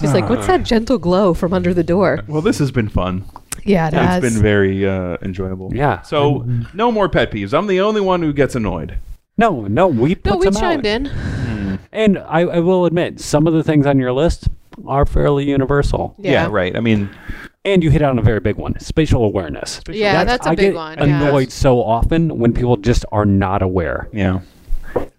Speaker 1: she's like, what's that gentle glow from under the door?
Speaker 2: well, this has been fun.
Speaker 1: Yeah, it has.
Speaker 2: It's been very uh, enjoyable.
Speaker 3: Yeah.
Speaker 2: So no more pet peeves. I'm the only one who gets annoyed.
Speaker 3: No, no, we put
Speaker 1: no, we
Speaker 3: some
Speaker 1: chimed
Speaker 3: out.
Speaker 1: in.
Speaker 3: And I, I will admit, some of the things on your list are fairly universal.
Speaker 1: Yeah.
Speaker 2: right. I mean,
Speaker 3: And you hit on a very big one, spatial awareness.
Speaker 1: Yeah, that's a
Speaker 3: I
Speaker 1: big
Speaker 3: get
Speaker 1: one, yeah.
Speaker 3: Annoyed so often when people just are not aware.
Speaker 2: yeah,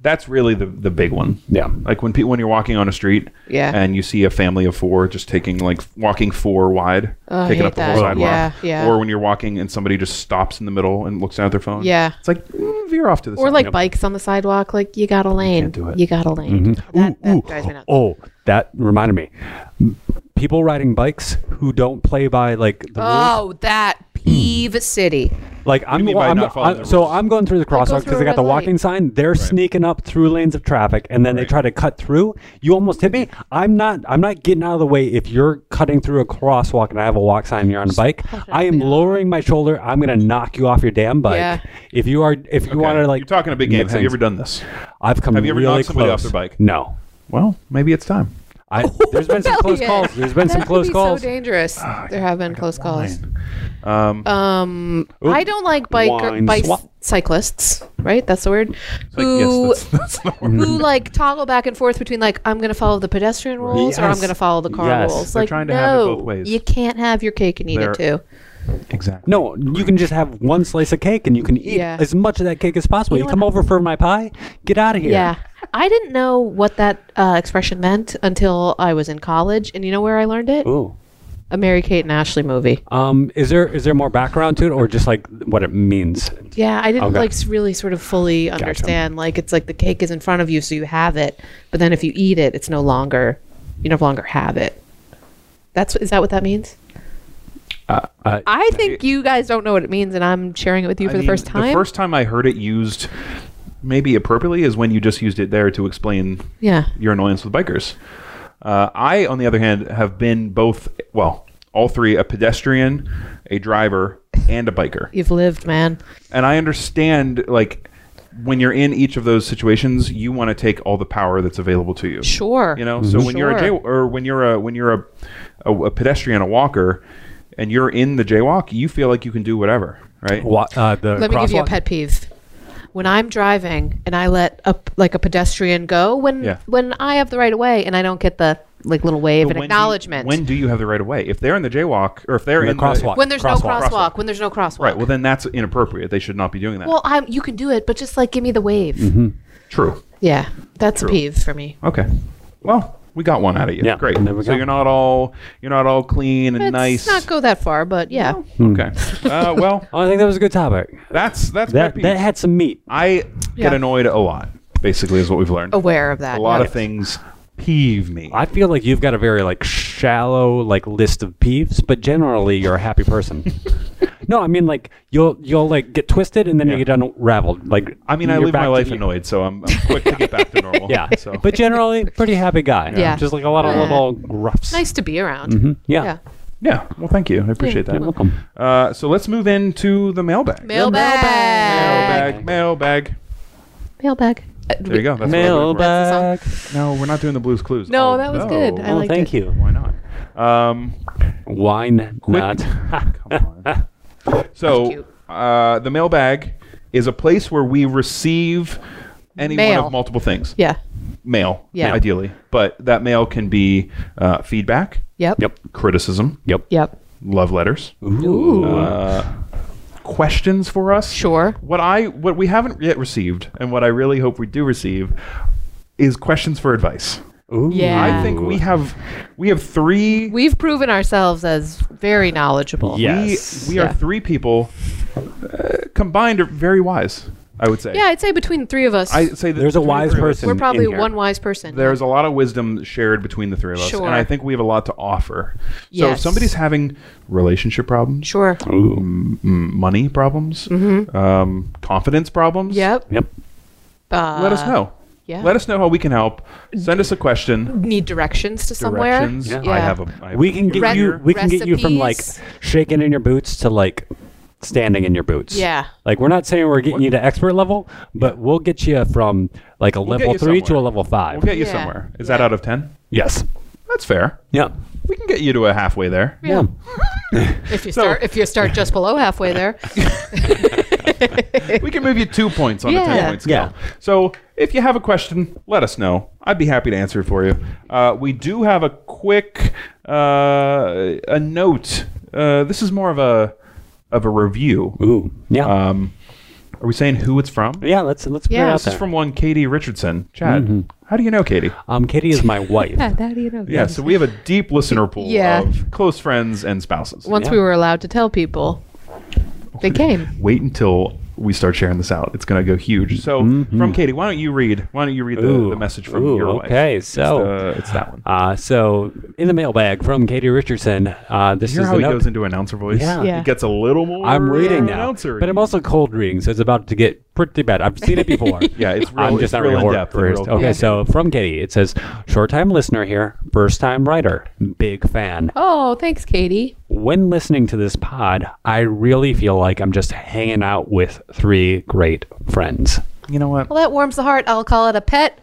Speaker 2: that's really the the big one.
Speaker 3: Yeah.
Speaker 2: Like when people when you're walking on a street,
Speaker 1: Yeah.
Speaker 2: and you see a family of four just taking like walking four wide,
Speaker 1: Oh, I
Speaker 2: taking
Speaker 1: hate
Speaker 2: up the whole
Speaker 1: that.
Speaker 2: sidewalk.
Speaker 1: Yeah, yeah.
Speaker 2: Or when you're walking and somebody just stops in the middle and looks down at their phone.
Speaker 1: Yeah.
Speaker 2: It's like mm, veer off to the
Speaker 1: Or
Speaker 2: side.
Speaker 1: like bikes on the sidewalk. Like you got a lane. You,
Speaker 2: do it.
Speaker 1: got a lane.
Speaker 3: Mm-hmm.
Speaker 1: That, that drives me nuts.
Speaker 3: Oh, that reminded me. People riding bikes who don't play by like the rules.
Speaker 1: Oh, that peeve city.
Speaker 3: Like I'm,
Speaker 2: mean by
Speaker 3: I'm-
Speaker 2: not following
Speaker 3: I-
Speaker 2: the
Speaker 3: so
Speaker 2: rules?
Speaker 3: I'm going through the
Speaker 1: through
Speaker 3: crosswalk because
Speaker 1: a
Speaker 3: they got
Speaker 1: red
Speaker 3: the
Speaker 1: light.
Speaker 3: walking sign. They're sneaking up through lanes of traffic, and then they try to cut through. You almost hit me. I'm not. I'm not getting out of the way. If you're cutting through a crosswalk and I have a walk sign, and you're on a bike. I am lowering my shoulder. I'm gonna knock you off your damn bike.
Speaker 1: Yeah.
Speaker 3: If you are, if you want to like,
Speaker 2: you're talking a big game.
Speaker 3: make
Speaker 2: Have you
Speaker 3: things-
Speaker 2: ever done this?
Speaker 3: I've come
Speaker 2: have you ever
Speaker 3: really
Speaker 2: knocked somebody off
Speaker 3: close.
Speaker 2: their bike?
Speaker 3: No.
Speaker 2: Well, maybe it's time.
Speaker 3: I, there's been some close
Speaker 1: Elliot.
Speaker 3: calls. There's been
Speaker 1: that
Speaker 3: some
Speaker 1: could
Speaker 3: close
Speaker 1: be
Speaker 3: calls.
Speaker 1: so dangerous.
Speaker 2: Ah,
Speaker 1: there have been close calls.
Speaker 2: Fine. Um,
Speaker 1: Um,
Speaker 3: Oop.
Speaker 1: I don't like bike
Speaker 3: Wine
Speaker 1: bike
Speaker 3: swap.
Speaker 1: cyclists. Right, that's the word.
Speaker 2: like,
Speaker 1: who
Speaker 2: yes, that's, that's the word.
Speaker 1: who like toggle back and forth between like I'm going to follow the pedestrian rules or I'm
Speaker 3: Yes.
Speaker 1: going to follow the car
Speaker 3: Yes.
Speaker 1: rules.
Speaker 2: They're
Speaker 1: like
Speaker 2: trying to
Speaker 1: no,
Speaker 2: have it both ways.
Speaker 1: you can't have your cake and eat it
Speaker 2: They're-
Speaker 1: too.
Speaker 2: Exactly.
Speaker 3: No, you can just have one slice of cake and you can eat
Speaker 1: Yeah.
Speaker 3: as much of that cake as possible.
Speaker 1: You
Speaker 3: You,
Speaker 1: know
Speaker 3: come
Speaker 1: what?
Speaker 3: over for my pie, get out of here.
Speaker 1: Yeah. I didn't know what that uh, expression meant until I was in college, and you know where I learned it?
Speaker 3: Ooh.
Speaker 1: A Mary Kate and Ashley movie.
Speaker 3: Um, is there is there more background to it, or just like what it means?
Speaker 1: Yeah, I didn't
Speaker 3: Okay.
Speaker 1: like s- really sort of fully understand. Like it's like the cake is in front of you, so you have it, but then if you eat it, it's no longer you no longer have it. That's is that what that means?
Speaker 3: uh,
Speaker 1: I think you guys don't know what it means, and I'm sharing it with you for
Speaker 2: I
Speaker 1: the
Speaker 2: mean,
Speaker 1: first time.
Speaker 2: The first time I heard it used, maybe appropriately, is when you just used it there to explain
Speaker 1: yeah,
Speaker 2: your annoyance with bikers. Uh, I, on the other hand, have been both, well, all three a pedestrian, a driver, and a biker.
Speaker 1: you've lived, man.
Speaker 2: And I understand, like, when you're in each of those situations, you want to take all the power that's available to you.
Speaker 1: Sure.
Speaker 2: You know, so when you're a J
Speaker 1: Sure.
Speaker 2: or when you're a when you're a, a, a pedestrian, a walker, and you're in the jaywalk, you feel like you can do whatever, right?
Speaker 3: Wa- uh, the
Speaker 1: Let me give you a
Speaker 3: crosswalk-
Speaker 1: pet peeve. when I'm driving and I let a p- like a pedestrian go when
Speaker 2: Yeah.
Speaker 1: when I have the right of way and I don't get the like little wave and
Speaker 2: But when do you-
Speaker 1: acknowledgement
Speaker 2: when do you have the right of way? If they're in the jaywalk or if they're
Speaker 3: The
Speaker 2: in
Speaker 3: crosswalk.
Speaker 1: When there's
Speaker 3: Crosswalk.
Speaker 1: no crosswalk, when there's no crosswalk.
Speaker 2: right? Well, then that's inappropriate. They should not be doing that.
Speaker 1: Well, I'm, you can do it, but just like give me the wave.
Speaker 2: True.
Speaker 1: Yeah, that's a peeve for me.
Speaker 2: Okay. Well, we got one out of you.
Speaker 3: Yeah,
Speaker 2: Great.
Speaker 3: there we
Speaker 2: So
Speaker 3: go.
Speaker 2: you're not all you're not all clean and
Speaker 1: Let's
Speaker 2: nice.
Speaker 1: not go that far, but yeah.
Speaker 2: okay. uh, well,
Speaker 3: Oh, I think that was a good topic.
Speaker 2: that's that's pet
Speaker 3: That
Speaker 2: peeves.
Speaker 3: that had some meat.
Speaker 2: I
Speaker 1: Yeah.
Speaker 2: get annoyed a lot. Basically, is what we've learned.
Speaker 1: Aware of that.
Speaker 2: a lot
Speaker 1: yeah.
Speaker 2: of things peeve me.
Speaker 3: I feel like you've got a very like shallow like list of peeves, but generally you're a happy person. no, I mean like you'll you'll like get twisted and then
Speaker 2: Yeah.
Speaker 3: you get unraveled. Like
Speaker 2: I mean, I
Speaker 3: you're
Speaker 2: live
Speaker 3: back
Speaker 2: my
Speaker 3: to
Speaker 2: life
Speaker 3: you.
Speaker 2: annoyed, so I'm, I'm quick to get back to normal.
Speaker 3: Yeah,
Speaker 2: So
Speaker 3: but generally pretty happy guy.
Speaker 1: Yeah.
Speaker 3: just like a lot of
Speaker 1: Yeah.
Speaker 3: little gruffs.
Speaker 1: Nice to be around.
Speaker 3: Yeah.
Speaker 1: Mm-hmm. Yeah.
Speaker 2: yeah. Well, thank you. I appreciate
Speaker 3: You're
Speaker 2: that.
Speaker 3: welcome.
Speaker 2: Uh, so let's move into the mailbag.
Speaker 1: Mailbag.
Speaker 2: Mailbag. Mailbag.
Speaker 1: Mailbag. Uh,
Speaker 2: There you go. That's what I was looking
Speaker 3: Mailbag.
Speaker 2: for. No, we're not doing the Blues Clues.
Speaker 1: No, that was
Speaker 2: Although-
Speaker 1: good. I
Speaker 3: Oh,
Speaker 1: liked
Speaker 3: thank
Speaker 1: it.
Speaker 3: you.
Speaker 2: Why not? Um,
Speaker 3: Wine not.
Speaker 2: come on. So
Speaker 1: cute.
Speaker 2: uh, the mailbag is a place where we receive any one
Speaker 1: Mail.
Speaker 2: of multiple things.
Speaker 1: Yeah.
Speaker 2: Mail,
Speaker 1: Yeah.
Speaker 2: ideally, but that mail can be uh, feedback,
Speaker 1: Yep.
Speaker 3: Yep.
Speaker 2: criticism,
Speaker 3: Yep.
Speaker 1: Yep.
Speaker 2: love letters,
Speaker 3: Ooh.
Speaker 2: uh, questions for us.
Speaker 1: Sure.
Speaker 2: What I what we haven't yet received, and what I really hope we do receive, is questions for advice.
Speaker 3: Ooh.
Speaker 1: Yeah.
Speaker 2: I think we have we have three.
Speaker 1: We've proven ourselves as very knowledgeable.
Speaker 3: Yeah.
Speaker 2: we,
Speaker 3: Yes.
Speaker 2: we
Speaker 1: Yeah.
Speaker 2: are three people uh, combined are very wise. I would say.
Speaker 1: Yeah, I'd say between the three of us,
Speaker 2: I say that
Speaker 3: There's a
Speaker 2: between the
Speaker 3: wise
Speaker 2: three of us,
Speaker 3: person.
Speaker 1: we're
Speaker 3: in
Speaker 1: probably
Speaker 3: here.
Speaker 1: one wise person.
Speaker 2: There's a lot of wisdom shared between the three of us,
Speaker 1: Sure.
Speaker 2: and I think we have a lot to offer. So if
Speaker 1: Yes.
Speaker 2: somebody's having relationship problems,
Speaker 1: sure.
Speaker 2: m- money problems, um, confidence problems,
Speaker 1: Mm-hmm. Yep.
Speaker 3: Yep.
Speaker 1: Uh,
Speaker 2: let us know.
Speaker 1: yeah.
Speaker 2: Let us know how we can help. Send us a question.
Speaker 1: Need directions to somewhere.
Speaker 2: Directions.
Speaker 3: Yeah.
Speaker 2: I
Speaker 1: Yeah.
Speaker 2: have a. I have
Speaker 3: We
Speaker 2: a
Speaker 3: can get
Speaker 2: computer.
Speaker 3: you.
Speaker 1: Re-
Speaker 3: We can get you from like
Speaker 1: recipes.
Speaker 3: shaking in your boots to like standing in your boots.
Speaker 1: Yeah.
Speaker 3: Like we're not saying we're getting you to expert level, but we'll get you from like a
Speaker 2: get
Speaker 3: level
Speaker 2: you
Speaker 3: three to
Speaker 2: somewhere.
Speaker 3: a level 5
Speaker 2: We'll get you
Speaker 1: Yeah.
Speaker 2: somewhere. Is that
Speaker 1: Yeah.
Speaker 2: out of ten?
Speaker 3: yes.
Speaker 2: That's fair.
Speaker 3: Yeah.
Speaker 2: We can get you to a halfway there.
Speaker 3: Yeah.
Speaker 1: If you start, if you start just below halfway there,
Speaker 2: we can move you two points on a
Speaker 1: Yeah.
Speaker 2: 10 point scale.
Speaker 3: Yeah.
Speaker 2: So if you have a question, let us know. I'd be happy to answer it for you. Uh, we do have a quick uh, a note. Uh, this is more of a of a review.
Speaker 3: Ooh. Yeah.
Speaker 2: Um, are we saying who it's from?
Speaker 3: yeah. Let's let's put it
Speaker 1: Yeah.
Speaker 3: out
Speaker 2: This is
Speaker 3: there.
Speaker 2: from one Katie Richardson. Chad, how do you know Katie?
Speaker 3: um, Katie is my wife.
Speaker 2: Yeah, so we have a deep listener pool
Speaker 1: Yeah.
Speaker 2: of close friends and spouses.
Speaker 1: once
Speaker 3: Yeah.
Speaker 1: we were allowed to tell people, they came.
Speaker 2: Wait until we start sharing this out. It's going to go huge. So, from Katie, why don't you read? Why don't you read the,
Speaker 3: Mm-hmm. Ooh.
Speaker 2: the message from
Speaker 3: Ooh,
Speaker 2: your wife?
Speaker 3: Okay. So.
Speaker 2: Uh, it's that one.
Speaker 3: Uh, so in the mailbag from Katie Richardson, uh, this
Speaker 2: You hear
Speaker 3: is
Speaker 2: how
Speaker 3: the
Speaker 2: he
Speaker 3: note.
Speaker 2: goes into announcer voice?
Speaker 3: Yeah.
Speaker 1: Yeah.
Speaker 2: It gets a little more.
Speaker 3: I'm reading now,
Speaker 2: announcer.
Speaker 3: but I'm also cold reading, so it's about to get pretty bad. I've seen it before.
Speaker 2: Yeah, it's real.
Speaker 3: I'm just
Speaker 2: it's
Speaker 3: not
Speaker 2: real
Speaker 3: really
Speaker 2: in
Speaker 3: hor-
Speaker 2: depth. and
Speaker 3: versed.
Speaker 2: real
Speaker 3: Okay,
Speaker 2: deep.
Speaker 3: so from Katie, it says, "Short time listener here, first time writer, big fan.
Speaker 1: Oh, thanks, Katie.
Speaker 3: When listening to this pod, I really feel like I'm just hanging out with three great friends.
Speaker 2: you know what?
Speaker 1: Well, that warms the heart. I'll call it a pet.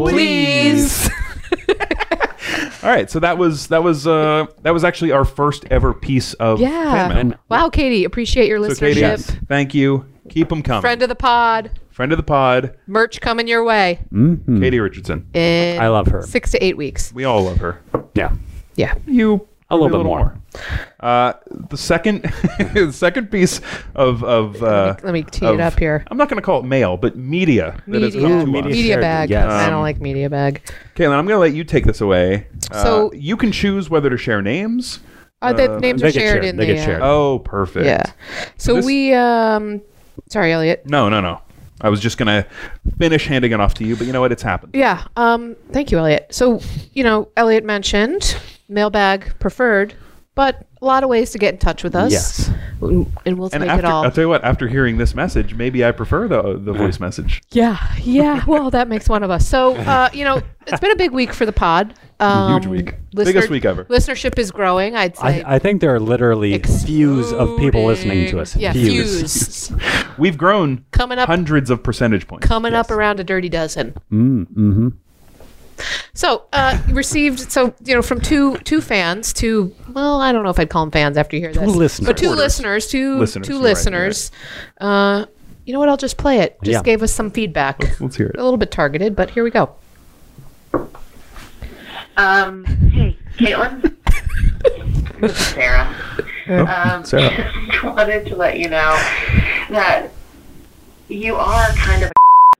Speaker 1: Please.
Speaker 2: All right, so that was that was uh that was actually our first ever piece of fan mail.
Speaker 1: Yeah.
Speaker 3: And-
Speaker 1: Wow, Katie. Appreciate your
Speaker 2: So
Speaker 1: listenership.
Speaker 2: Katie, thank you. Keep them coming.
Speaker 1: Friend of the pod.
Speaker 2: Friend of the pod,
Speaker 1: Merch coming your way
Speaker 3: Mm-hmm. Hmm.
Speaker 2: Katie Richardson.
Speaker 1: in
Speaker 3: Mm, I love her.
Speaker 1: six to eight weeks.
Speaker 2: We all love her.
Speaker 3: Yeah,
Speaker 1: Yeah.
Speaker 2: You
Speaker 3: A little bit more.
Speaker 2: Uh, the second the second piece of of uh,
Speaker 1: Let me tee it
Speaker 2: of-
Speaker 1: up here.
Speaker 2: I'm not going to call it mail, but media. that has
Speaker 1: Media,
Speaker 2: come to us.
Speaker 3: media
Speaker 1: media
Speaker 3: shared,
Speaker 1: bag.
Speaker 3: yes.
Speaker 1: I don't
Speaker 2: Um,
Speaker 1: like media bag.
Speaker 2: Caitlin, I'm going to let you take this away. Uh,
Speaker 1: So-
Speaker 2: you can choose whether to share names.
Speaker 1: Uh, the names
Speaker 3: they
Speaker 1: are
Speaker 3: get
Speaker 1: shared
Speaker 3: shared.
Speaker 1: in
Speaker 3: They
Speaker 1: the.
Speaker 3: get shared.
Speaker 1: Uh,
Speaker 2: Oh, perfect.
Speaker 1: yeah. So
Speaker 2: this-
Speaker 1: we. um Sorry, Elliot.
Speaker 2: No, no, no. I was just going to finish handing it off to you, but you know what? It's happened.
Speaker 1: Yeah. Um, thank you, Elliot. So, you know, Elliot mentioned mailbag preferred, but a lot of ways to get in touch with us.
Speaker 3: Yes.
Speaker 1: And we'll
Speaker 2: And
Speaker 1: take
Speaker 2: after,
Speaker 1: it all.
Speaker 2: I'll tell you what, after hearing this message, maybe I prefer the, the voice message.
Speaker 1: yeah. Yeah. Well, that makes one of us. So, uh, you know, it's been a big week for the pod. Um,
Speaker 2: week. Biggest week ever.
Speaker 1: Listenership is growing, I'd say.
Speaker 3: I, I think there are literally views of people listening to us.
Speaker 1: Yeah,
Speaker 3: Views.
Speaker 1: fused.
Speaker 2: We've grown
Speaker 1: Coming up-
Speaker 2: hundreds of percentage points.
Speaker 1: coming up around a dirty dozen. Mm, mm-hmm. So uh, received so you know from two two fans two well I don't know if I'd call them fans after you hear two this
Speaker 3: listeners.
Speaker 1: but two
Speaker 2: Supporters.
Speaker 1: listeners two
Speaker 2: Listeners,
Speaker 1: two
Speaker 2: you're right, you're
Speaker 1: listeners uh, you know what? I'll just play it. Just
Speaker 3: Yeah.
Speaker 1: gave us some feedback.
Speaker 2: Let's hear
Speaker 1: A
Speaker 2: it.
Speaker 1: little bit targeted, but here we go.
Speaker 4: Um, hey, Caitlin. this is Sarah. Um,
Speaker 2: Oh, Sarah.
Speaker 4: Just wanted to let you know that you are kind of a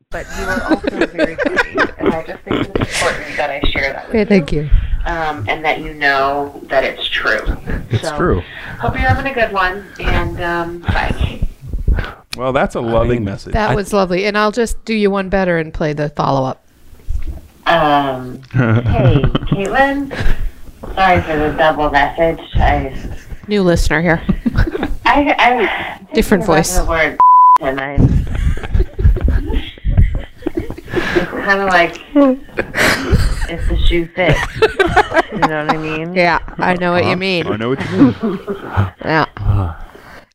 Speaker 4: but you are also very funny. And I just think it's important that I share that with
Speaker 1: thank you.
Speaker 4: you um, and that you know that it's true.
Speaker 2: It's
Speaker 4: so,
Speaker 2: true.
Speaker 4: Hope you're having a good one, and um, bye.
Speaker 2: Well, that's a loving
Speaker 3: mean,
Speaker 2: message.
Speaker 1: That was lovely. And I'll just do you one better and play the follow up.
Speaker 4: Um, hey, Caitlin. Sorry for the double message. I
Speaker 1: New listener here.
Speaker 4: I, I was
Speaker 1: Different
Speaker 4: thinking about
Speaker 1: voice.
Speaker 4: The word and I. it's kind of like if the shoe fits. You know what I mean?
Speaker 1: yeah, I know what you mean.
Speaker 2: Uh-huh. I know what you mean.
Speaker 1: Yeah.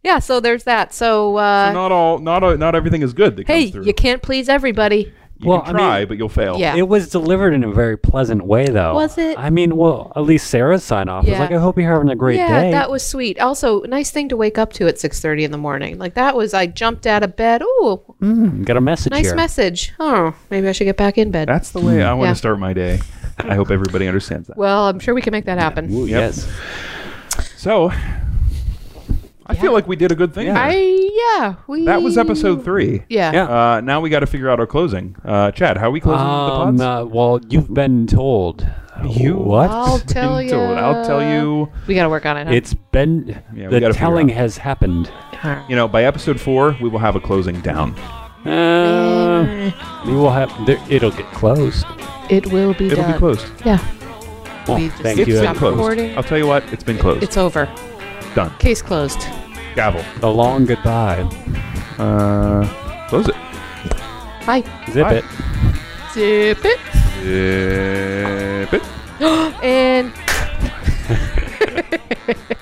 Speaker 1: Yeah, so there's that. So, uh,
Speaker 2: So not all, not all, not everything is good. That
Speaker 1: hey,
Speaker 2: comes through.
Speaker 1: you can't please everybody.
Speaker 2: You
Speaker 3: Well, I
Speaker 2: can try,
Speaker 3: mean-
Speaker 2: but you'll fail.
Speaker 1: Yeah.
Speaker 3: It was delivered in a very pleasant way, though.
Speaker 1: Was it?
Speaker 3: I mean, well, at least Sarah's sign off was
Speaker 1: Yeah.
Speaker 3: like, "I hope you're having a great
Speaker 1: yeah,
Speaker 3: day."
Speaker 1: that was sweet. Also, nice thing to wake up to at 6:30 in the morning. Like that was I jumped out of bed. Ooh,
Speaker 3: Mm, got a message
Speaker 1: nice
Speaker 3: here.
Speaker 1: message. Oh, maybe I should get back in bed.
Speaker 2: That's the way I want
Speaker 1: Yeah.
Speaker 2: to start my day. I hope everybody understands that.
Speaker 1: well, I'm sure we can make that happen.
Speaker 3: Ooh,
Speaker 2: Yep.
Speaker 3: Yes.
Speaker 2: So, I
Speaker 1: Yeah.
Speaker 2: feel like we did a good thing.
Speaker 3: Yeah.
Speaker 2: there.
Speaker 1: I yeah, we
Speaker 2: That was episode three.
Speaker 1: Yeah.
Speaker 3: Yeah.
Speaker 2: Uh, now we got to figure out our closing. Uh, Chad, how are we closing
Speaker 3: Um,
Speaker 2: the pods?
Speaker 3: uh, well, you've been told.
Speaker 2: You-
Speaker 3: what?
Speaker 1: I'll tell
Speaker 2: Into
Speaker 1: you.
Speaker 2: it. I'll tell you.
Speaker 1: We got to work on it. Huh?
Speaker 3: It's been
Speaker 2: Yeah, we
Speaker 3: the
Speaker 2: gotta figure
Speaker 3: telling
Speaker 2: out.
Speaker 3: has happened.
Speaker 2: You know, by episode four, we will have a closing down.
Speaker 3: Uh, we will have. There, it'll get closed.
Speaker 1: it will be
Speaker 2: It'll
Speaker 1: done.
Speaker 2: be closed.
Speaker 1: Yeah.
Speaker 3: Well,
Speaker 1: We just
Speaker 3: thank
Speaker 2: It's
Speaker 3: you.
Speaker 2: been
Speaker 1: Stop
Speaker 2: closed.
Speaker 1: recording.
Speaker 2: I'll tell you what, it's been closed.
Speaker 1: It's over.
Speaker 2: done.
Speaker 1: Case closed.
Speaker 2: Gavel.
Speaker 3: A long goodbye.
Speaker 2: Uh, close it.
Speaker 1: Bye.
Speaker 3: Zip
Speaker 2: Bye.
Speaker 3: it.
Speaker 1: Zip it.
Speaker 2: Zip it.
Speaker 1: And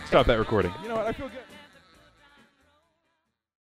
Speaker 2: Stop that recording. You know what? I feel good.